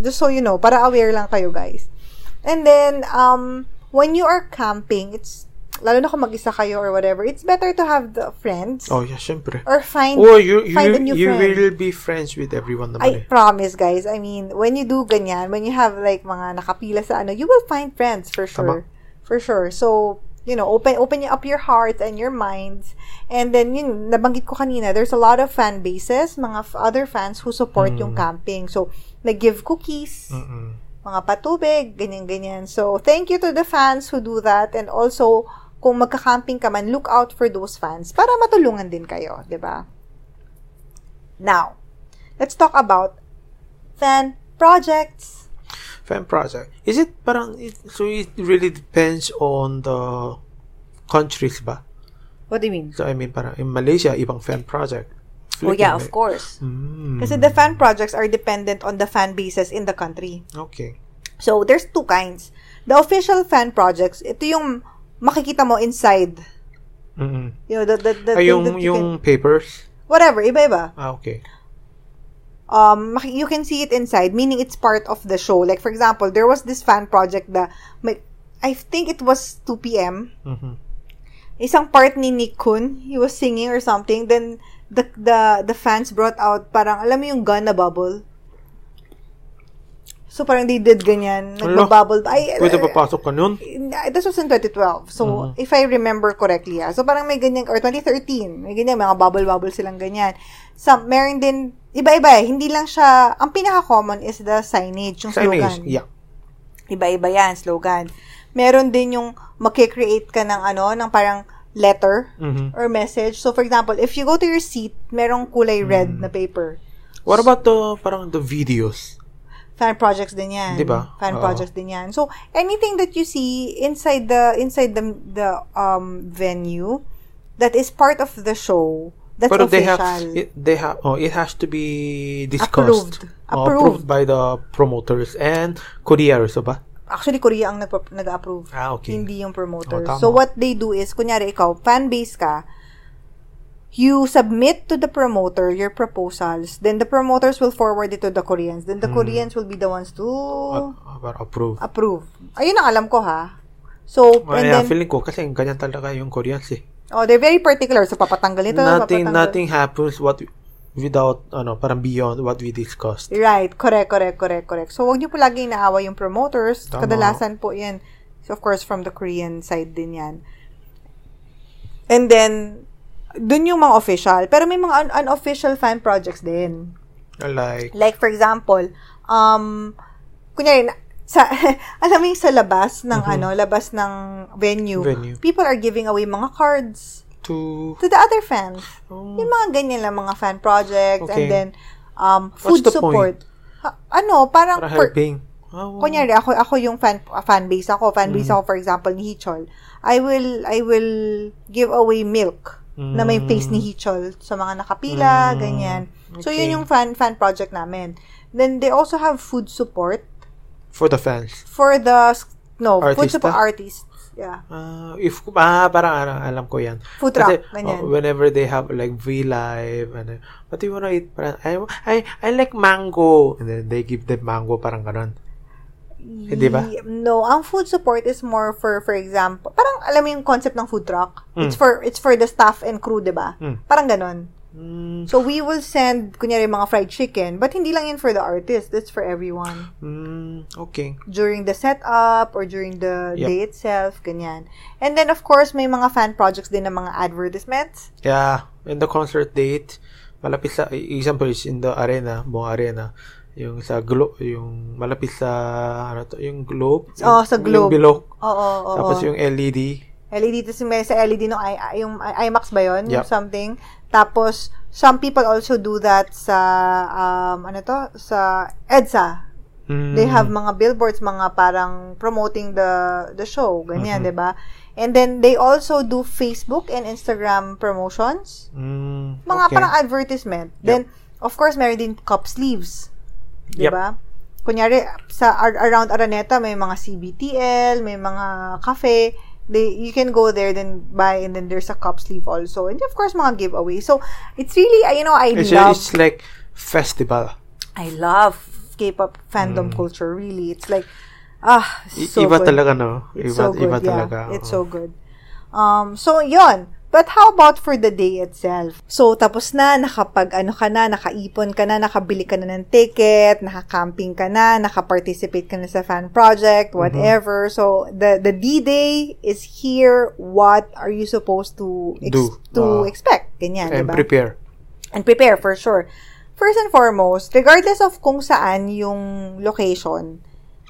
A: just so you know, para aware lang kayo, guys. And then, um, when you are camping, it's, lalo na kung mag-isa kayo or whatever, it's better to have the friends
B: Oh, yeah, syempre.
A: or find,
B: Or you, you,
A: find a new
B: you
A: friend.
B: will be friends with
A: I
B: everyone naman eh.
A: promise, guys. I mean, when you do ganyan, when you have like mga nakapila sa ano, you will find friends for sure.
B: Tama.
A: For sure. So, you know, open open up your hearts and your minds. And then, yun, nabanggit ko kanina, there's a lot of fan bases, mga f- other fans who support yung camping. So, nag-give cookies,
B: Hmm. eh. Mm-mm.
A: mga patubig, ganyan-ganyan. So, thank you to the fans who do that. And also, kung magka-camping ka man, look out for those fans para matulungan din kayo, di ba? Now, let's talk about fan projects.
B: Fan project. Is it parang, it, so it really depends on the countries ba?
A: What do you mean?
B: So, I mean, parang in Malaysia, ibang fan project. eh.
A: Oh, yeah, of course.
B: Mm.
A: Kasi the fan projects are dependent on the fan bases in the country.
B: Okay.
A: So, there's two kinds. The official fan projects, ito yung makikita mo inside.
B: Mm-mm.
A: You know, the, the, the
B: Ah,
A: thing
B: yung,
A: that you
B: yung papers?
A: can, whatever, iba-iba.
B: Ah, okay.
A: um maki- you can see it inside meaning it's part of the show like for example there was this fan project na may, I think it was 2 p.m.
B: Mm-hmm.
A: isang part ni Nick Kun he was singing or something then the the the fans brought out parang alam mo yung gun na bubble so parang they did ganyan
B: Ala.
A: nagbabubble ay
B: Pwede papasok ka nun?
A: uh, this was in 2012 so
B: Mhm.
A: if I remember correctly ah. so parang may ganyan or 2013 may ganyan mga bubble bubble silang ganyan some meron din iba-iba eh hindi lang siya ang pinaka common is the signage yung slogan
B: Signage, yeah.
A: iba-iba yan slogan meron din yung magke-create ka ng ano ng parang letter
B: Mm-hmm.
A: or message so for example if you go to your seat merong kulay red na
B: Mm.
A: paper
B: What about the, parang the videos?
A: fan projects din yan.
B: Di ba?
A: Fan
B: Oo.
A: projects din yan. So, anything that you see inside the inside the the um venue that is part of the show, that's
B: Pero they
A: official.
B: have, it, they have, oh, it has to be
A: Approved.
B: discussed. Oh,
A: Approved.
B: by the promoters and couriers, ba?
A: Actually, Korea ang nagpa- nag-approve.
B: Ah, okay.
A: Hindi yung promoter.
B: Oh, tama.
A: so, what they do is, kunyari ikaw, fan base ka, you submit to the promoter your proposals, then the promoters will forward it to the Koreans. Then
B: Hmm.
A: the Koreans will be the ones to
B: Uh, para approve.
A: approve. Ayun ang alam ko, ha? So, Ah, and
B: Ay,
A: then,
B: Ah, feeling ko kasi ganyan talaga yung Koreans eh.
A: Oh, they're very particular. So, papatanggal ito,
B: nothing,
A: papatanggal.
B: nothing happens what without, ano, parang beyond what we discussed.
A: Right. Correct, correct, correct, correct. So, wag niyo po laging inaawa yung promoters.
B: Tama.
A: Kadalasan po yan. So, of course, from the Korean side din yan. And then, dun yung mga official. Pero may mga un- unofficial fan projects din.
B: Like,
A: Like, for example, um, kunyari, na- sa, alam mo yung sa labas ng, ano, labas ng venue,
B: Mm-hmm. Venue.
A: people are giving away mga cards
B: to,
A: to the other fans.
B: um,
A: Yung mga ganyan lang, mga fan projects, and
B: Okay.
A: then, um,
B: What's
A: food
B: the
A: support. Ha- ano, parang,
B: para
A: per-
B: helping. Oh,
A: kunyari, ako, ako yung fan, uh, fan base ako, fan
B: Mm.
A: base ako, for example, ni Hichol, I will, I will give away milk na may face ni Hichol sa mga nakapila,
B: Mm.
A: ganyan. So,
B: Okay.
A: yun yung fan, fan project namin. Then, they also have food support
B: for the fans.
A: for the, no, food
B: Artista?
A: support artists. Yeah.
B: Ah, if ah, parang alam, alam ko 'yan.
A: Food truck,
B: Kasi,
A: ganyan.
B: oh, whenever they have like V live and uh, what do you wanna eat? Parang I I I like mango. And then they give them mango parang ganun. Hindi Eh, ba?
A: Ye- No, ang food support is more for for example, parang alam mo yung concept ng food truck?
B: Mm.
A: It's for it's for the staff and crew, 'di ba?
B: Mm.
A: Parang ganon.
B: Mm,
A: So we will send kunyari mga fried chicken, but hindi lang yun for the artist, it's for everyone
B: mm, okay.
A: during the setup or during the
B: Yep.
A: day itself, ganyan. And then of course, may mga fan projects din ng mga advertisements.
B: Yeah, in the concert date, malapit sa i- example is in the arena, buong arena yung sa glo yung malapit sa ano to, yung globe
A: Oh, sa
B: yung
A: globe.
B: bilog
A: Oo, oo, oo.
B: tapos yung E LED
A: LED tapos may sa LED E no I, I- yung I- IMAX ba yun? Yung
B: Yup.
A: something. Tapos some people also do that sa um ano to sa EDSA.
B: Mm,
A: They have mga billboards mga parang promoting the the show, ganyan, 'di ba? And then they also do Facebook and Instagram promotions.
B: mm,
A: Mga
B: okay.
A: parang advertisement. Then of course meron din cup sleeves, 'di
B: Yup.
A: ba? Kunyari sa ar- around Araneta may mga CBTL, may mga cafe. They you can go there then buy and then there's a cup sleeve also. And of course mga giveaway. So it's really uh, you know I
B: it's,
A: love
B: it's like festival
A: I love K-pop fandom culture really. It's like ah
B: Mm. I-
A: so
B: iba
A: good.
B: talaga, no?
A: It's
B: iba,
A: so good.
B: iba
A: yeah.
B: talaga.
A: It's so good. Um, so, yon. But how about for the day itself? So, tapos na, nakapag ano ka na, nakaipon ka na, nakabili ka na ng ticket, nakakamping ka na, nakaparticipate ka na sa fan project,
B: Mm-hmm.
A: whatever. So, the the D-Day is here. What are you supposed to ex-
B: Do.
A: to
B: Ah.
A: expect? Ganyan,
B: And
A: diba?
B: prepare.
A: And prepare, for sure. First and foremost, regardless of kung saan yung location,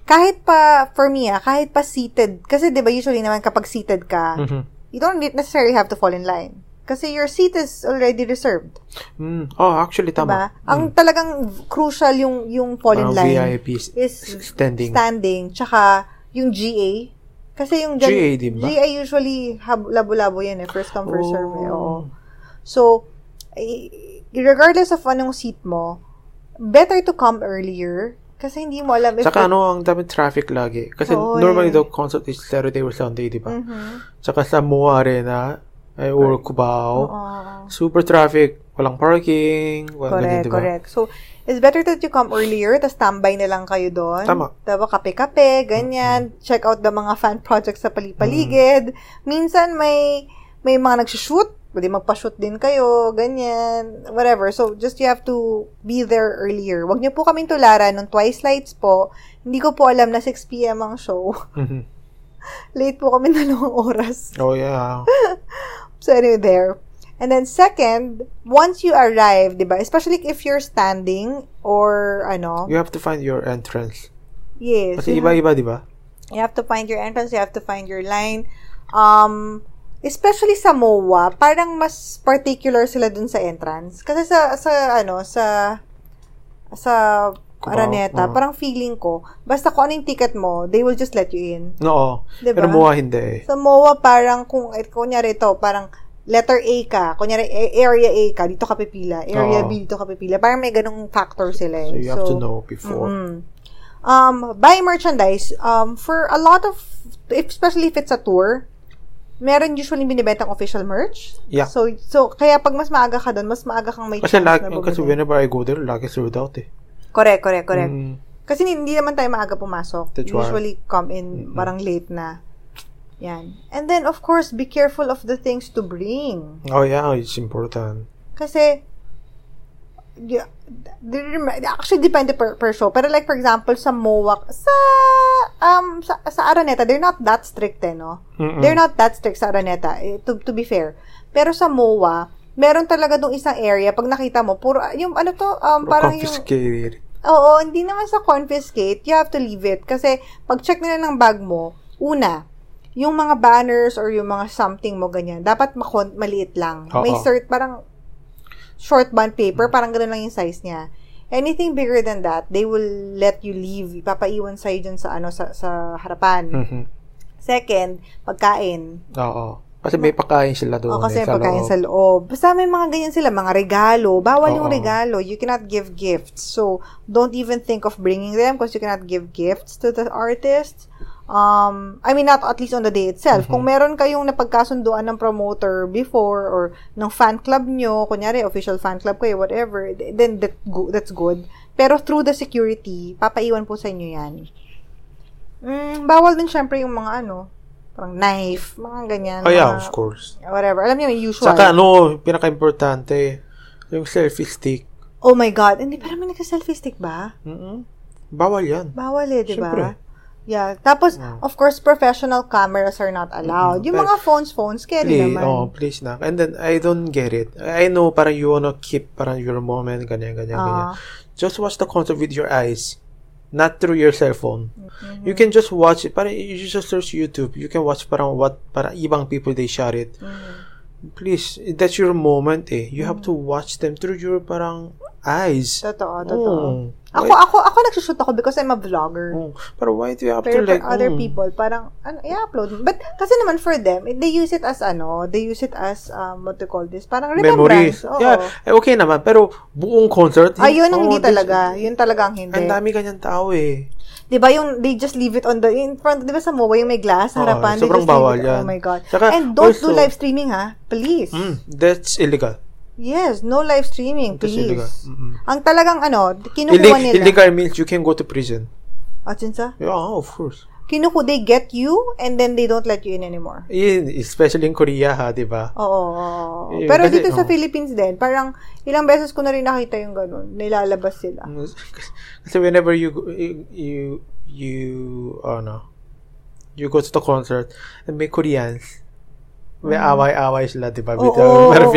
A: kahit pa, for me ah, kahit pa seated, kasi di ba usually naman kapag seated ka,
B: Mhm.
A: you don't need- necessarily have to fall in line. Kasi your seat is already reserved.
B: Mm. Oh, actually,
A: Diba?
B: tama. Mm.
A: Ang talagang crucial yung, yung fall in
B: Parang
A: line
B: VIP s-
A: is
B: standing.
A: standing, tsaka yung GA. Kasi yung gan-
B: GA din ba?
A: GA usually hab- labo-labo yan eh, first come, first
B: Oh.
A: serve. eh, oo. So, i- regardless of anong seat mo, better to come earlier Kasi hindi mo alam if...
B: Tsaka ano, ang daming traffic lagi. Kasi
A: Oo, eh.
B: normally daw concert is Saturday or Sunday, di ba?
A: Mhm.
B: Tsaka sa Moa Arena, ay, or Cubao,
A: Oo.
B: super traffic. Walang parking, walang diba? ganyan,
A: Correct,
B: di ba?
A: correct. So, it's better that you come earlier, tapos tambay na lang kayo doon.
B: Tama. Mm-hmm.
A: Diba, kape-kape, ganyan. Check out the mga fan projects sa palipaligid. Minsan, may may mga nagsushoot, pwede magpa-shoot din kayo, ganyan, whatever. So, just you have to be there earlier. Huwag niyo po kaming tularan nung twice lights po. Hindi ko po alam na 6 p.m. ang show.
B: Mhm.
A: Late po kami dalawang oras.
B: Oh, yeah.
A: So anyway, there. And then second, once you arrive, 'di ba? Especially if you're standing or ano.
B: You have to find your entrance.
A: Yes.
B: Kasi
A: you have-
B: iba-iba, diba? di ba?
A: You have to find your entrance, you have to find your line. Um, especially sa MOA, parang mas particular sila dun sa entrance. Kasi sa, sa ano, sa, sa
B: Cubao,
A: Araneta,
B: oo.
A: parang feeling ko, basta kung ano yung ticket mo, they will just let you in.
B: Oo.
A: 'Di ba?
B: Pero Moa hindi eh.
A: Sa MOA, parang kung, eh, kunyari ito, parang letter A ka, kunyari a- area A ka, dito ka pipila, area
B: Oo.
A: B, dito ka pipila. Parang may ganong factor sila eh.
B: So you have to know before.
A: mm. Um, buy merchandise. Um, for a lot of, if- especially if it's a tour, meron usually binibentang official merch.
B: Yeah.
A: So, so kaya pag mas maaga ka doon, mas maaga kang may
B: Kasi,
A: chance
B: lag,
A: na
B: kasi
A: bumili.
B: whenever I go there, lagi sold out eh.
A: Correct, correct, correct.
B: Mm.
A: Kasi hindi naman tayo maaga pumasok.
B: That's why.
A: Usually come in parang late na. Yan. And then, of course, be careful of the things to bring.
B: Oh yeah, it's important.
A: Kasi, y- di- rem- actually, depende per, per show. Pero like, for example, sa MOAC, sa, um, sa, sa Araneta, they're not that strict eh, no?
B: Mm-mm.
A: They're not that strict sa Araneta, eh, to, to be fair. Pero sa MOA, meron talaga dong isang area, pag nakita mo, puro, yung ano to, um,
B: Pero
A: parang yung,
B: confiscated.
A: Oo, hindi naman sa confiscate, you have to leave it. Kasi, pag-check nila ng bag mo, una, yung mga banners or yung mga something mo, ganyan, dapat makon- maliit lang.
B: Oo.
A: May cert, parang short bond paper, parang ganun lang yung size niya. Anything bigger than that, they will let you leave. Ipapaiwan sa'yo dyan sa, ano, sa, sa harapan.
B: Mhm.
A: Second, pagkain.
B: Oo. Kasi may pagkain sila
A: O,
B: doon.
A: Oh, kasi
B: eh, sa
A: pagkain
B: loob.
A: sa loob. Basta may mga ganyan sila, mga regalo. Bawal yung
B: Oo.
A: regalo. You cannot give gifts. So, don't even think of bringing them because you cannot give gifts to the artists. Um, I mean, not at least on the day
B: Mm-hmm.
A: itself. Kung meron kayong napagkasunduan ng promoter before or ng fan club nyo, kunyari, official fan club kayo, whatever, then that go- that's good. Pero through the security, papaiwan po sa inyo yan. Mm, bawal din syempre yung mga ano, parang knife, mga ganyan.
B: Oh yeah,
A: mga-
B: of course.
A: whatever. Alam niyo, yung usual.
B: Saka ano, pinaka-importante, yung selfie stick.
A: oh my God. Hindi, parang may nagsa-selfie stick ba?
B: mm Bawal yan.
A: Bawal eh, di ba?
B: Siyempre.
A: Yeah. Tapos,
B: Mm.
A: of course, professional cameras are not allowed.
B: Mm-mm.
A: Yung mga phones, phones, scary
B: Please,
A: naman.
B: oh, please na. And then, I don't get it. I know, parang you wanna keep parang your moment, ganyan, ganyan,
A: Ah,
B: ganyan. Just watch the concert with your eyes. Not through your cell phone.
A: Mm-hmm.
B: You can just watch it. Parang, you just search YouTube. You can watch parang what, parang ibang people, they share it.
A: mm.
B: Please, that's your moment eh. You have to watch them through your parang eyes.
A: Mm-hmm. Totoo,
B: Mm.
A: totoo. Ako,
B: Why-
A: ako, ako nagsushoot ako because I'm a vlogger.
B: Mm. Pero why do you have
A: Pero
B: to like...
A: for other
B: mm.
A: people, parang, ano, i-upload. But, kasi naman for them, eh, they use it as, ano, they use it as, um, what to call this, parang
B: Memories.
A: remembrance. Oo.
B: Yeah, eh, okay naman. Pero buong concert...
A: Ayun ang
B: oh,
A: hindi
B: this-
A: talaga. Yun talaga ang hindi.
B: Ang dami ganyan tao eh.
A: 'Di ba yung they just leave it on the in front, 'di ba sa MOA yung may glass
B: Oo,
A: harapan, they
B: sobrang
A: just leave
B: bawal
A: it-
B: yan.
A: Oh my god.
B: Tsaka,
A: And don't do
B: also-
A: live streaming ha, please.
B: Mm, that's illegal.
A: Yes, no live streaming,
B: That's
A: please.
B: illegal. Mm-mm.
A: Ang talagang ano, kinukuha
B: Illeg-
A: nila.
B: illegal means you can go to prison.
A: At sinsa,
B: Yeah, of course.
A: kinuku they get you and then they don't let you in anymore.
B: In, especially in Korea ha, di ba?
A: Oo. oo, oo.
B: Eh,
A: Pero
B: kasi-
A: dito sa
B: oo.
A: Philippines din, parang ilang beses ko na rin nakita yung ganun, nilalabas sila.
B: Mm, Kasi whenever you go- you you, you ano, you go to the concert and may Koreans, may
A: Mm.
B: away-away sila, di ba? With
A: Oo,
B: uh, parang
A: oo,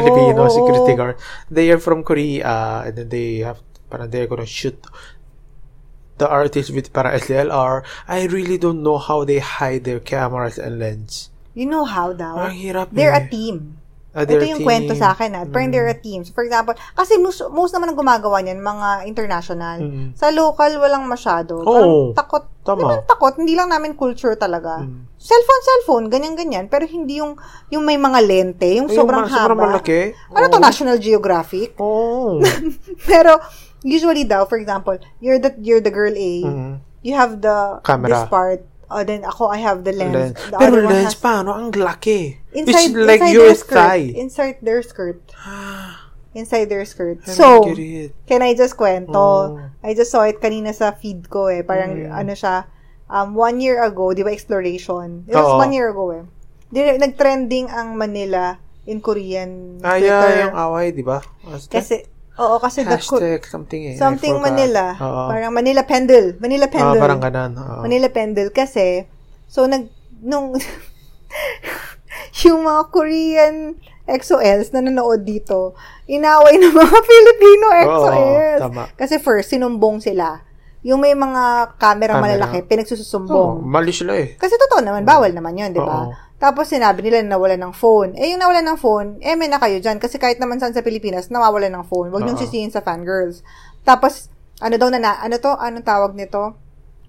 A: oo,
B: Filipino
A: oo.
B: security guard. They are from Korea and then they have parang they're gonna shoot the artist with para SLR. I really don't know how they hide their cameras and lens.
A: You know how daw?
B: Ang hirap
A: Oh. They're
B: eh.
A: a team.
B: Ah, they're
A: Ito
B: a
A: yung
B: team. Mm.
A: kwento sa akin, ah, ha? Parang they're a team. So, for example, kasi most, most naman ang gumagawa niyan, mga international.
B: Mm.
A: Sa local, walang masyado.
B: Oo.
A: Parang takot.
B: Tama. Mm.
A: Tama. takot, hindi lang namin culture talaga. Cellphone, cellphone, ganyan-ganyan. Pero hindi yung, yung may mga lente, yung
B: Ay,
A: sobrang
B: Mm. ma- Oh.
A: haba.
B: Sobrang malaki.
A: Ano to, National Geographic?
B: Oh.
A: Pero, Usually daw, for example, you're the you're the girl A.
B: Mhm.
A: You have the
B: Camera.
A: this part. Oh, then ako, I have the lens.
B: Lens.
A: The other
B: Pero
A: one has-
B: lens, paano? Ang laki.
A: Inside,
B: It's like
A: inside
B: your
A: their skirt.
B: thigh.
A: Inside their skirt. Inside their skirt.
B: I
A: So,
B: don't get it.
A: can I just kwento?
B: Oh.
A: I just saw it kanina sa feed ko eh. Parang
B: Mm.
A: ano siya, um, one year ago, di ba exploration? It was
B: Oo.
A: one year ago eh. Di, nag-trending ang Manila in Korean
B: Ah,
A: Twitter.
B: yeah, yung away, di ba? Hashtag-
A: kasi, oo, kasi the Ko-
B: hashtag something eh. I
A: something
B: forgot.
A: Manila.
B: Oo.
A: Parang Manila Pendle. Manila
B: Ah,
A: Pendle.
B: parang ganun. oo.
A: Manila Pendle kasi so nag nung yung mga Korean XOLs na nanood dito, inaway ng mga Filipino
B: Oo,
A: XOLs.
B: tama.
A: Kasi first, sinumbong sila. Yung may mga camera,
B: Camera.
A: malalaki,
B: Oo,
A: pinagsusumbong.
B: mali sila eh.
A: Kasi totoo naman, bawal naman yun, di ba?
B: Oo.
A: Tapos sinabi nila na nawala ng phone. Eh, yung nawala ng phone, eh, may na kayo dyan. Kasi kahit naman saan sa Pilipinas, nawawala ng phone. Huwag niyong
B: Oo.
A: sisihin sa fangirls. Tapos, ano daw na, na- ano to, anong tawag nito?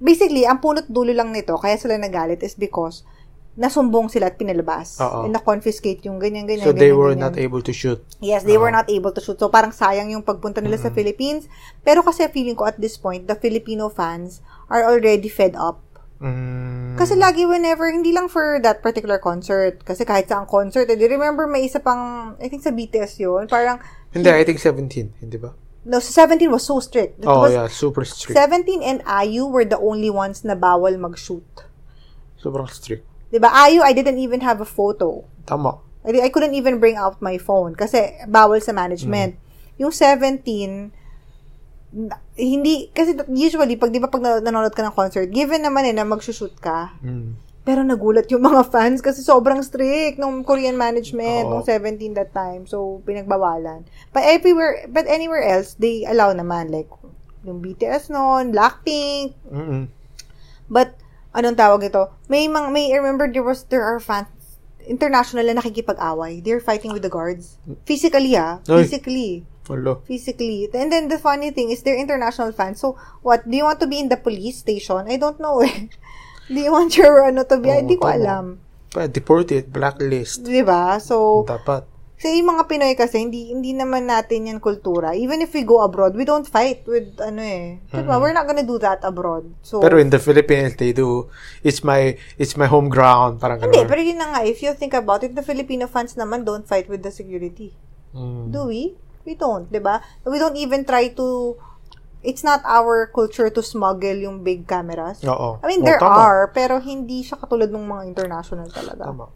A: Basically, ang punot dulo lang nito, kaya sila nagalit is because nasumbong sila at pinalabas.
B: Oo.
A: And na-confiscate yung ganyan-ganyan.
B: So they
A: ganyan,
B: were
A: ganyan.
B: not able to shoot.
A: Yes, they were
B: Ah.
A: not able to shoot. So parang sayang yung pagpunta nila sa Philippines. Pero kasi feeling ko at this point, the Filipino fans are already fed up.
B: Mm,
A: Kasi lagi whenever, hindi lang for that particular concert. Kasi kahit sa ang concert, eh, do you remember may isa pang, I think sa BTS yun, parang,
B: hindi, I think 17, hindi ba?
A: no, sa 17 was so strict. It
B: Oh,
A: was-
B: yeah, super strict.
A: 17 and IU were the only ones na bawal mag-shoot.
B: Sobrang strict.
A: 'Di ba IU, I didn't even have a photo.
B: Tama.
A: I, I couldn't even bring out my phone kasi bawal sa management.
B: Hmm.
A: Yung 17, n- hindi, kasi usually, pag di ba pag nan- nanonood ka ng concert, given naman eh na magsushoot ka,
B: Mm.
A: pero nagulat yung mga fans kasi sobrang strict nung Korean management
B: Oo.
A: nung 17 that time. So, pinagbawalan. But everywhere, but anywhere else, they allow naman. Like, yung BTS noon, Blackpink,
B: Mm-mm.
A: But, anong tawag ito? May, mang, may, I remember there was, there are fans, international na nakikipag-away. They're fighting with the guards. Physically, ah.
B: Ay.
A: Physically.
B: Walo.
A: Physically. And then, the funny thing is, they're international fans. So, what? Do you want to be in the police station? I don't know, eh. Do you want your, ano, to be?
B: Oo,
A: Hindi ko
B: tama.
A: alam.
B: Pa, deported, blacklist.
A: Di ba? So,
B: Dapat.
A: kasi yung mga Pinoy kasi, hindi, hindi naman natin yan kultura. Even if we go abroad, we don't fight with, ano, eh. Di ba? We're not gonna do that abroad. So,
B: Pero in the Philippines, they do. It's my it's my home ground. Parang
A: Hindi,
B: ganun.
A: pero yun na nga, if you think about it, the Filipino fans naman don't fight with the security.
B: Mm.
A: Do we? We don't, di ba? We don't even try to, it's not our culture to smuggle yung big cameras.
B: Oo.
A: I mean,
B: Oo,
A: there
B: tama.
A: are, pero hindi siya katulad ng mga international talaga.
B: Tama.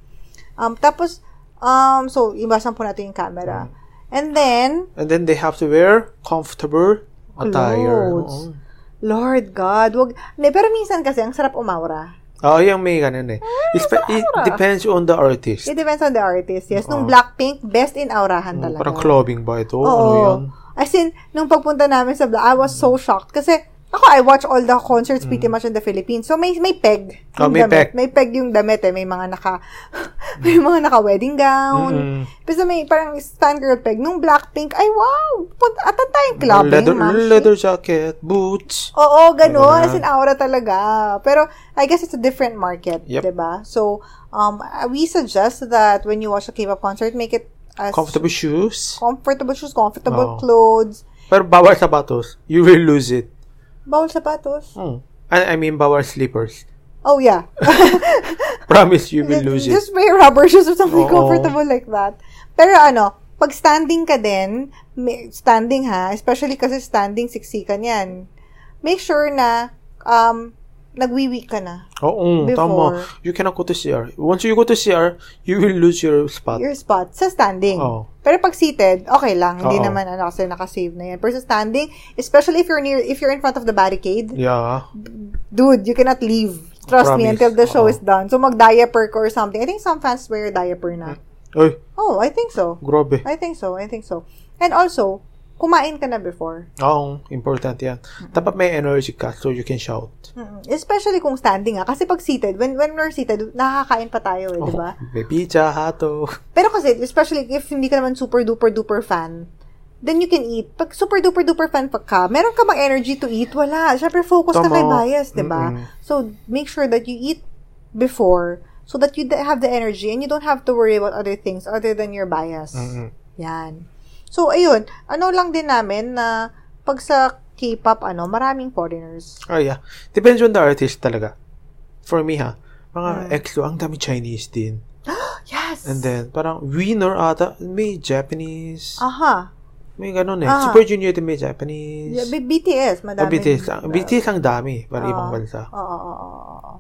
A: Um, tapos, um, so, ibasan po natin yung
B: Mm.
A: camera. And then,
B: And then they have to wear comfortable attire.
A: Clothes. Lord God, wag, hindi, pero minsan kasi, ang sarap umawra.
B: Oo, oh, yung may ganun eh. It's, it depends on the artist.
A: Ah, It depends on the artist. Yes, nung
B: Oo.
A: Blackpink, best in aurahan talaga.
B: Parang clubbing ba ito? Ano
A: Oo.
B: yan?
A: As in, nung pagpunta namin sa Black, I was so shocked. Kasi, ako, I watch all the concerts pretty much in the Philippines. So, may, may peg.
B: Oh,
A: yung
B: Mm. may
A: damit.
B: peg.
A: May peg yung damit eh. May mga naka, may mga naka wedding gown.
B: Mm-mm.
A: Basta may parang fangirl peg. Nung Blackpink, ay wow! Punta, at that time, clubbing,
B: leather,
A: mashing.
B: leather jacket, boots.
A: Oo, ganun.
B: Ganun.
A: As in, aura talaga. Pero, I guess it's a different market,
B: Yep.
A: 'di ba So, um, we suggest that when you watch a K-pop concert, make it as
B: Comfortable shoes. Oh.
A: comfortable shoes, comfortable
B: Oo.
A: clothes,
B: Pero bawal sapatos. You will lose it.
A: bawal sapatos.
B: Hmm. I, I mean, bawal slippers.
A: Oh, yeah.
B: Promise you will lose it.
A: Just wear rubber shoes or something
B: Oo.
A: comfortable like that. Pero ano, pag standing ka din, may- standing ha, especially kasi standing siksikan yan, make sure na um, nagwiwi ka na.
B: Oo,
A: Before.
B: tama. You cannot go to CR. Once you go to CR, you will lose your spot.
A: Your spot sa standing.
B: Oo.
A: Pero pag seated, okay lang. Hindi
B: Oo.
A: naman ano, kasi nakasave na yan. Pero sa standing, especially if you're near, if you're in front of the barricade,
B: Yeah.
A: dude, you cannot leave. Trust me,
B: Promise.
A: until the show
B: Oo.
A: is done. So mag-diaper ka or something. I think some fans wear diaper na.
B: Hmm. Ay,
A: Oh, I think so.
B: grabe.
A: I think so. I think so. And also, kumain ka na before.
B: Oo, important yan. Dapat may energy ka so you can shout.
A: Mm-mm. Hmm. Especially kung standing ah. Kasi pag seated, when, when we're seated, nakakain pa tayo eh, di ba?
B: Oh, may pizza, hato.
A: Pero kasi, especially if hindi ka naman super duper duper fan, then you can eat. Pag super duper duper fan pa ka, meron ka bang energy to eat? Wala. Siyempre, focus ka
B: Tama.
A: kay bias, di ba?
B: Mm-mm.
A: So, make sure that you eat before so that you have the energy and you don't have to worry about other things other than your bias.
B: Mm-mm.
A: Yan. So, ayun. Ano lang din namin na pag sa K-pop, ano, maraming foreigners.
B: Oh, yeah. Depends on the artist talaga. For me, ha? Mga EXO, ang dami Chinese din.
A: Yes!
B: And then, parang Wiener ata, may Japanese.
A: Aha.
B: May ganun eh.
A: Ah.
B: Super Junior din may Japanese.
A: Yeah, B- Ah. BTS,
B: Ah,
A: madami.
B: BTS. Ang, BTS ang dami. Parang ibang bansa.
A: Oo, oo, oo, oo.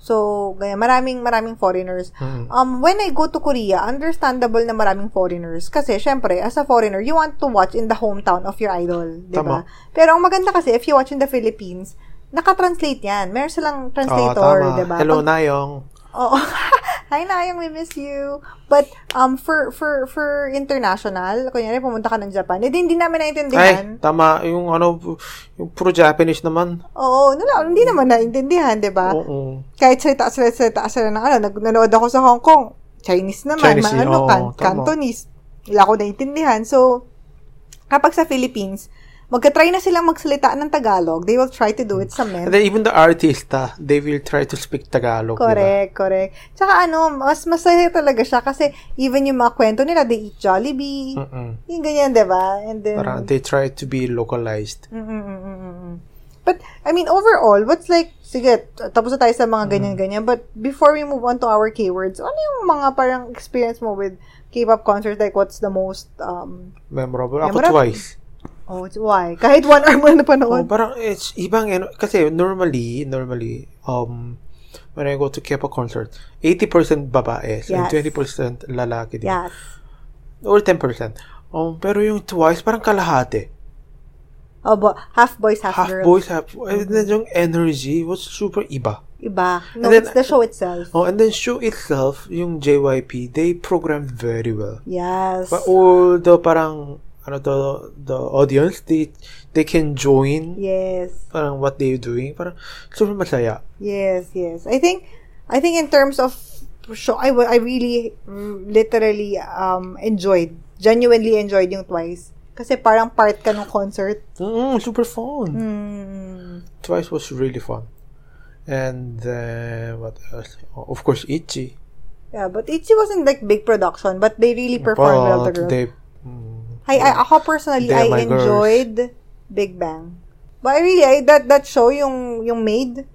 A: So, ganyan, maraming, maraming foreigners.
B: Mm.
A: Um, when I go to Korea, understandable na maraming foreigners. Kasi, syempre, as a foreigner, you want to watch in the hometown of your idol. di ba?
B: Tama.
A: Pero ang maganda kasi, if you watch in the Philippines, nakatranslate yan. Meron silang
B: Oo,
A: translator,
B: Ah,
A: diba?
B: tama.
A: di ba?
B: Hello, Nayong.
A: Oo. Hi, Nayang, we miss you. But um for for for international, kunyari pumunta ka ng Japan, edi hindi namin naintindihan.
B: Ay, tama. Yung ano, yung puro Japanese naman.
A: Oo, nala, hindi naman naintindihan, 'di ba?
B: Oo.
A: Kahit salita sila salita sila ng ano, nag- nanood ako sa Hong Kong, Chinese naman,
B: Chinese,
A: mga ano,
B: oo,
A: kan-
B: tama.
A: Cantonese. Wala ko naintindihan. So kapag sa Philippines, magka-try na silang magsalita ng Tagalog, they will try to do it sa men.
B: And then, even the artist, ah, they will try to speak Tagalog. diba? di ba?
A: Correct, correct. Tsaka ano, mas masaya talaga siya kasi even yung mga kwento nila, they eat Jollibee,
B: Mm-mm.
A: Yung ganyan, di ba? And then,
B: Mm. Parang they try to be localized.
A: Mm, mm, mm, mm, mm, mm. But, I mean, overall, what's like, sige, t- tapos na tayo sa
B: Mm.
A: mga ganyan-ganyan, but before we move on to our K-words, ano yung mga parang experience mo with K-pop concerts? Like, what's the most, um,
B: Memorable. Ako
A: Memorable.
B: twice.
A: oh, it's why? Kahit one hour mo na
B: Oh,
A: napanood.
B: parang it's ibang ano kasi normally normally um when I go to K-pop concert, 80% babae
A: Yes.
B: and 20% lalaki din.
A: Yes.
B: Or 10%. Um, pero yung twice, parang kalahati.
A: Oh, bo- half boys, half,
B: Half
A: girls.
B: boys, half... And then yung energy was super iba.
A: Iba. No,
B: And then-
A: it's the show itself.
B: Oh, and then show itself, yung JYP, they programmed very well.
A: Yes.
B: But oh. although parang ano to, the audience, they, they can join
A: Yes.
B: parang what they're doing. Parang super masaya.
A: Yes, yes. I think I think in terms of show I wa- I really mm, literally um enjoyed, genuinely enjoyed yung Twice kasi parang part ka ng concert.
B: Mm, super fun.
A: Mm.
B: Twice was really fun. And uh, what else? Oh, Of course, Itchy.
A: Yeah, but Itchy wasn't like big production, but they really performed well the
B: But
A: girls.
B: they, mm,
A: I, I ako personally
B: They are
A: I
B: my girls.
A: enjoyed Big Bang. But I really I, that that show yung yung maid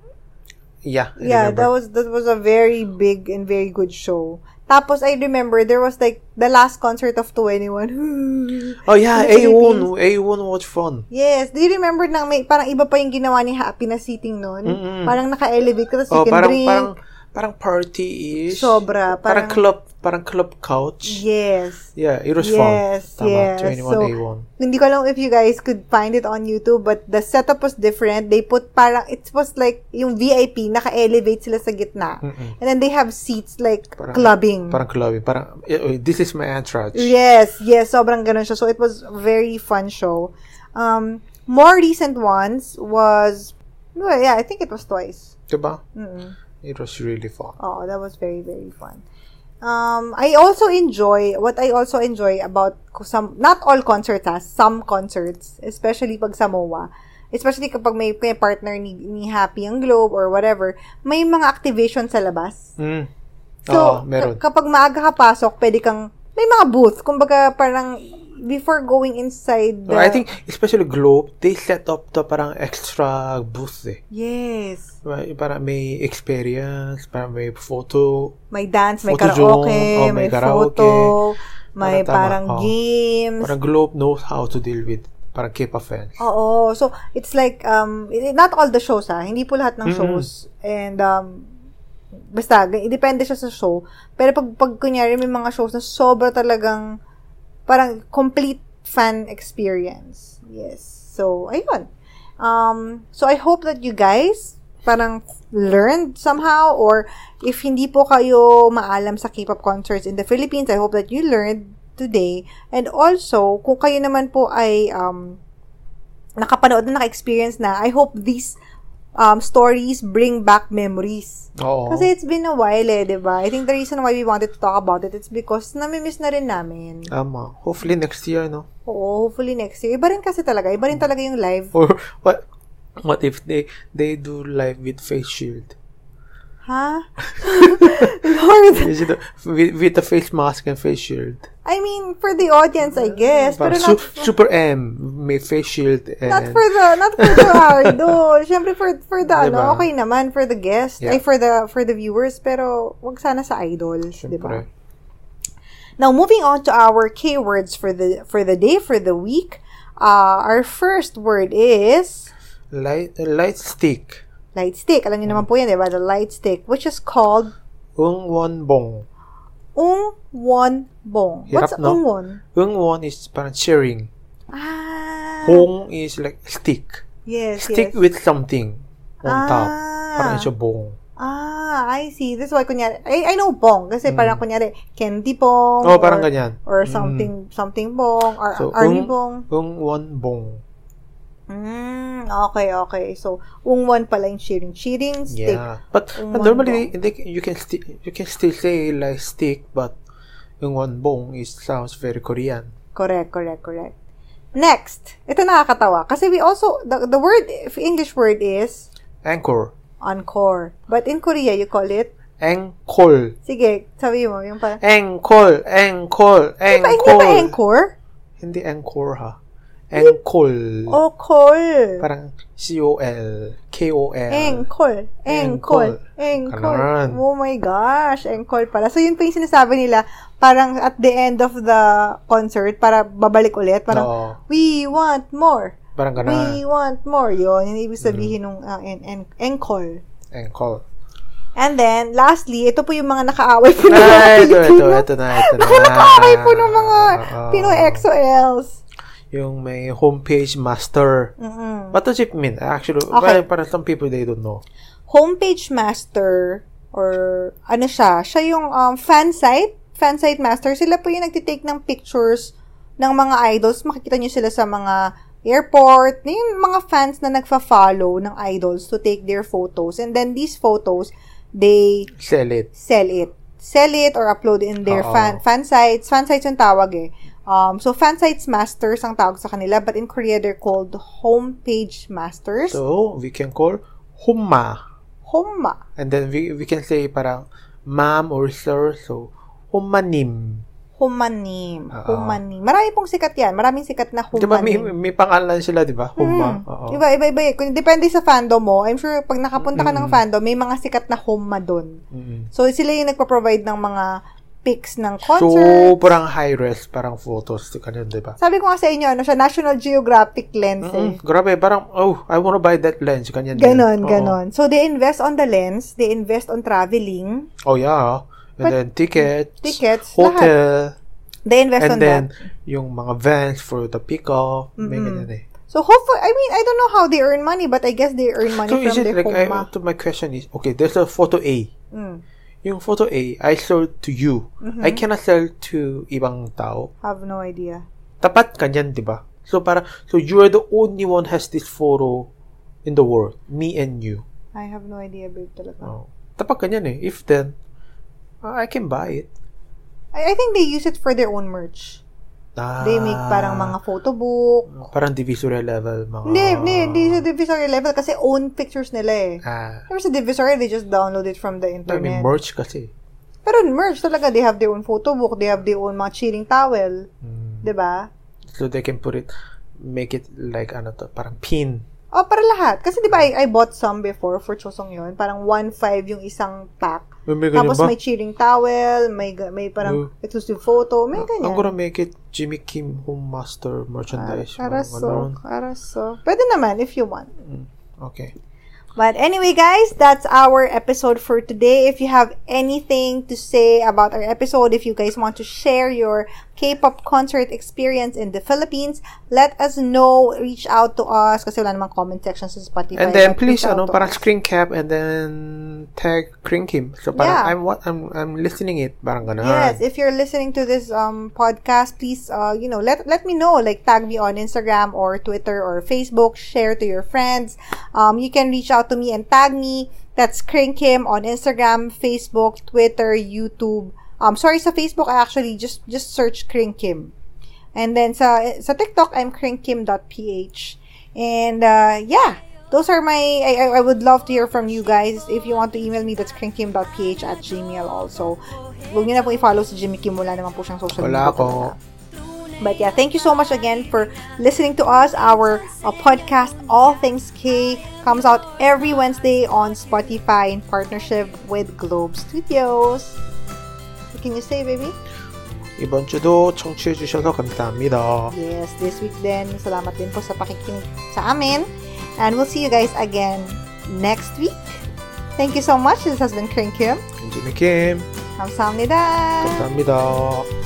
B: yeah, I
A: Yeah,
B: remember.
A: that was that was a very big and very good show. Tapos I remember there was like the last concert of 21.
B: Oh yeah,
A: in the
B: A1, A1 was fun.
A: yes, do you remember nang may parang iba pa yung ginawa ni Happy na seating noon?
B: Mm-mm.
A: Parang naka-elevate ka tapos
B: Oh,
A: you can
B: parang
A: drink.
B: parang parang party ish.
A: Sobra, parang-
B: parang, club, parang club couch.
A: yes.
B: Yeah, it was fun.
A: Yes,
B: Tama,
A: yes.
B: 21
A: So,
B: A1.
A: Hindi ko alam if you guys could find it on YouTube, but the setup was different. They put parang, it was like, yung VIP, naka-elevate sila sa gitna.
B: Mm-mm.
A: And then they have seats like
B: Parang-
A: clubbing.
B: Parang club, parang eh, oh, this is my entourage.
A: Yes, yes, sobrang ganun siya. So it was a very fun show. Um, more recent ones was well, yeah, I think it was twice.
B: Diba?
A: Mm-mm.
B: It was really fun.
A: Oh, that was very very fun. Um, I also enjoy what I also enjoy about ko- some not all concerts ha, some concerts, especially pag sa MOA. Especially kapag may, may partner ni, ni Happy ang Globe or whatever, may mga activation sa labas.
B: Mm.
A: So,
B: Oo, meron.
A: ka- kapag maaga ka pasok, pwede kang, may mga booth. Kumbaga, parang, before going inside the...
B: Oh, I think, especially Globe, they set up the parang extra booth eh.
A: Yes.
B: Right, Para may experience, para may photo.
A: May dance, may
B: Photo
A: karaoke,
B: zone, oh,
A: may,
B: may
A: photo, may
B: Parang tama,
A: parang
B: oh.
A: games.
B: Parang Globe knows how to deal with parang K-pop fans.
A: Oo. So, it's like, um, i- not all the shows, ha? Hindi po lahat ng
B: Mm-mm.
A: shows. And, um, basta, g- depende siya sa show. Pero pag, pag kunyari, may mga shows na sobra talagang, parang complete fan experience. Yes. So, ayun. Um, so, I hope that you guys parang learned somehow or if hindi po kayo maalam sa K-pop concerts in the Philippines, I hope that you learned today. And also, kung kayo naman po ay um, nakapanood na, naka-experience na, I hope these um, stories bring back memories. Oh,
B: Oo.
A: Kasi it's been a while eh, di ba? I think the reason why we wanted to talk about it, it's because namimiss na rin namin.
B: Tama. Hopefully next year, no?
A: Oo, hopefully next year. Iba rin kasi talaga. Iba rin talaga yung live.
B: Or what what if they they do live with face shield?
A: Ha? Lord.
B: Is it a- with, with a face mask and face shield?
A: I mean, for the audience, I guess. Pero
B: Parang
A: not,
B: su- Super M, may face shield and...
A: not for the, not for the Ardo. Siyempre, for, for the,
B: Diba?
A: ano, okay naman, for the guest.
B: Yeah.
A: Ay, for the, for the viewers. Pero, wag sana sa idols, di ba?
B: Siyempre.
A: Now, moving on to our K words for the, for the day, for the week. Uh, our first word is
B: Light, light stick.
A: light stick. Alam niyo naman po yan, di ba? The light stick, which is called
B: Ung won bong.
A: Ung Won Bong.
B: Hirap,
A: What's
B: no?
A: Ung Won?
B: Ung won is parang cheering.
A: Ah.
B: Bong is like stick.
A: Yes,
B: Stick
A: yes.
B: with something on top. Parang
A: Ah.
B: siya bong.
A: Ah, I see. That's why, kunyari, I, I know bong. Kasi parang, kunyari, candy bong.
B: Mm. Oh, parang
A: or,
B: ganyan. Mm.
A: Or something, something bong. Or
B: So,
A: army
B: ung,
A: bong.
B: Ung won bong.
A: Mm, okay, okay. So, ung one pala yung cheering. Cheering stick.
B: Yeah. But
A: Ung
B: but
A: won
B: normally, they, they- you can still you can still say like stick, but ung won bong is sounds very Korean.
A: Correct, correct, correct. Next. Ito nakakatawa. Kasi we also, the, the word, English word is
B: Anchor.
A: encore. But in Korea, you call it,
B: Ankol.
A: sige, sabi mo, yung parang,
B: Ankol. Ankol.
A: Hindi ba, hindi ba
B: Ankol.
A: encore?
B: Hindi ankor ha. Ankol.
A: Oh, call.
B: Parang C-O-L. K-O-L.
A: Ankle. Ankle.
B: Ankle.
A: Ankle.
B: Kanan.
A: Oh my gosh. Ankle pala. So, yun po yung sinasabi nila. Parang at the end of the concert, para babalik ulit. Parang,
B: Oo.
A: we want more.
B: Parang
A: We
B: ganun.
A: want more. Yun. Yung ibig sabihin nung uh, en- en- ankle.
B: Ankol.
A: And then, lastly, ito po yung mga nakaaway po ng mga
B: Ah, ito, ito,
A: Pilipino.
B: ito Ah, na, ito na.
A: Mga nakaaway po ng mga
B: Oo.
A: Pinoy XOLs.
B: Yung may homepage master.
A: Mm-mm.
B: What does it mean? Actually,
A: Mm. Okay.
B: parang, parang some people, they don't know.
A: homepage master or ano siya, siya yung um, fan site, fan site master. Sila po yung nagtitake ng pictures ng mga idols. Makikita nyo sila sa mga airport, yung mga fans na nagfa-follow ng idols to take their photos. And then these photos, they
B: Sell it.
A: sell it. Sell it or upload in their
B: Oo.
A: fan, fan sites. Fan sites yung tawag eh. Um, so, fan sites masters ang tawag sa kanila. But in Korea, they're called homepage masters.
B: So, we can call humma.
A: Homma.
B: And then we, we can say parang ma'am or sir. So, hummanim.
A: Humanim.
B: Oo.
A: Humanim. Marami pong sikat yan. Maraming sikat na
B: Ah. Di ba, may,
A: humanim.
B: may pangalan sila, di ba?
A: Hmm.
B: Humma. Oo.
A: Iba, iba, iba. Kung depende sa fandom mo, I'm sure pag nakapunta ka ng
B: Mm-mm.
A: fandom, may mga sikat na huma doon.
B: Mm.
A: So, sila yung nagpa-provide ng mga pics ng
B: So,
A: concert.
B: parang high res, parang photos, ganun, di ba?
A: Sabi ko nga sa inyo, ano siya, National Geographic lens eh.
B: Mm, grabe, parang, oh, I wanna buy that lens, ganyan. din.
A: Ganon,
B: Oo.
A: ganon. So, they invest on the lens, they invest on traveling,
B: Oh, yeah. And
A: But-
B: then, tickets,
A: tickets, lahat.
B: hotel,
A: They invest on
B: and then,
A: that.
B: yung mga vans for the pick-up, may
A: Mm-mm.
B: ganyan eh.
A: So, hopefully, I mean, I don't know how they earn money, but I guess they earn money
B: So,
A: from
B: is it
A: their
B: like, I,
A: huma.
B: to my question is, okay, there's a photo A.
A: Mm.
B: Yung photo A, I sold to you.
A: Mm-hmm.
B: I cannot sell to ibang tao.
A: Have no idea.
B: Tapat kanyan, di ba? So, para so you are the only one has this photo in the world. Me and you.
A: I have no idea, babe, talaga.
B: Oh. Tapak ganyan eh. If then, uh, I can buy it.
A: I, I think they use it for their own merch.
B: Ah,
A: They make parang mga photo book.
B: Parang divisory level mga...
A: Hindi, hindi, hindi sa divisory level kasi own pictures nila eh.
B: Ah,
A: Pero sa divisory, they just download it from the
B: I mean,
A: internet.
B: merch kasi.
A: Pero merch talaga, they have their own photo book, they have their own mga cheering towel.
B: Mm.
A: 'di ba?
B: So they can put it, make it like ano to, parang pin.
A: Oh, para lahat. Kasi di ba, I, I bought some before for Chosong yon Parang 1.5 yung isang pack.
B: May, may ganyan
A: Tapos
B: ba?
A: may cheering towel, may ga- may
B: Oh.
A: parang exclusive photo, may ganyan.
B: I'm gonna make it Jimmy Kim Home Master merchandise.
A: Ah,
B: mga
A: Araso,
B: ganun.
A: araso. Pwede naman if you want.
B: Okay.
A: But anyway, guys, that's our episode for today. If you have anything to say about our episode, if you guys want to share your K-pop concert experience in the Philippines, let us know. Reach out to us kasi wala namang comment section sa Spotify.
B: And then
A: But reach
B: please
A: out to
B: ano
A: us.
B: parang screen cap and then tag Kring Kim. So parang
A: Yeah.
B: I'm what I'm I'm listening it parang ganun.
A: Yes, if you're listening to this um podcast, please uh you know let let me know like tag me on Instagram or Twitter or Facebook. Share to your friends. Um, you can reach out to me and tag me. That's Kring Kim on Instagram, Facebook, Twitter, YouTube. Um, sorry sa Facebook I actually just just search Kring Kim. And then sa sa TikTok I'm kringkim.ph. And uh yeah, those are my I, I- I would love to hear from you guys if you want to email me that's kringkim.ph at gmail also huwag niyo na po i-follow si Jimmy Kim wala naman po siyang social media
B: Wala
A: talaga.
B: ako.
A: But yeah, thank you so much again for listening to us. Our uh, podcast, All Things K, comes out every Wednesday on Spotify in partnership with Globe Studios. What can you say, baby?
B: 이번 주도 청취해 주셔서 감사합니다.
A: Yes, this week then. Salamat din po sa pakikinig sa amin. And we'll see you guys again next week. Thank you so much. This has been Kring Kim.
B: 김진희 김
A: 감사합니다.
B: 감사합니다.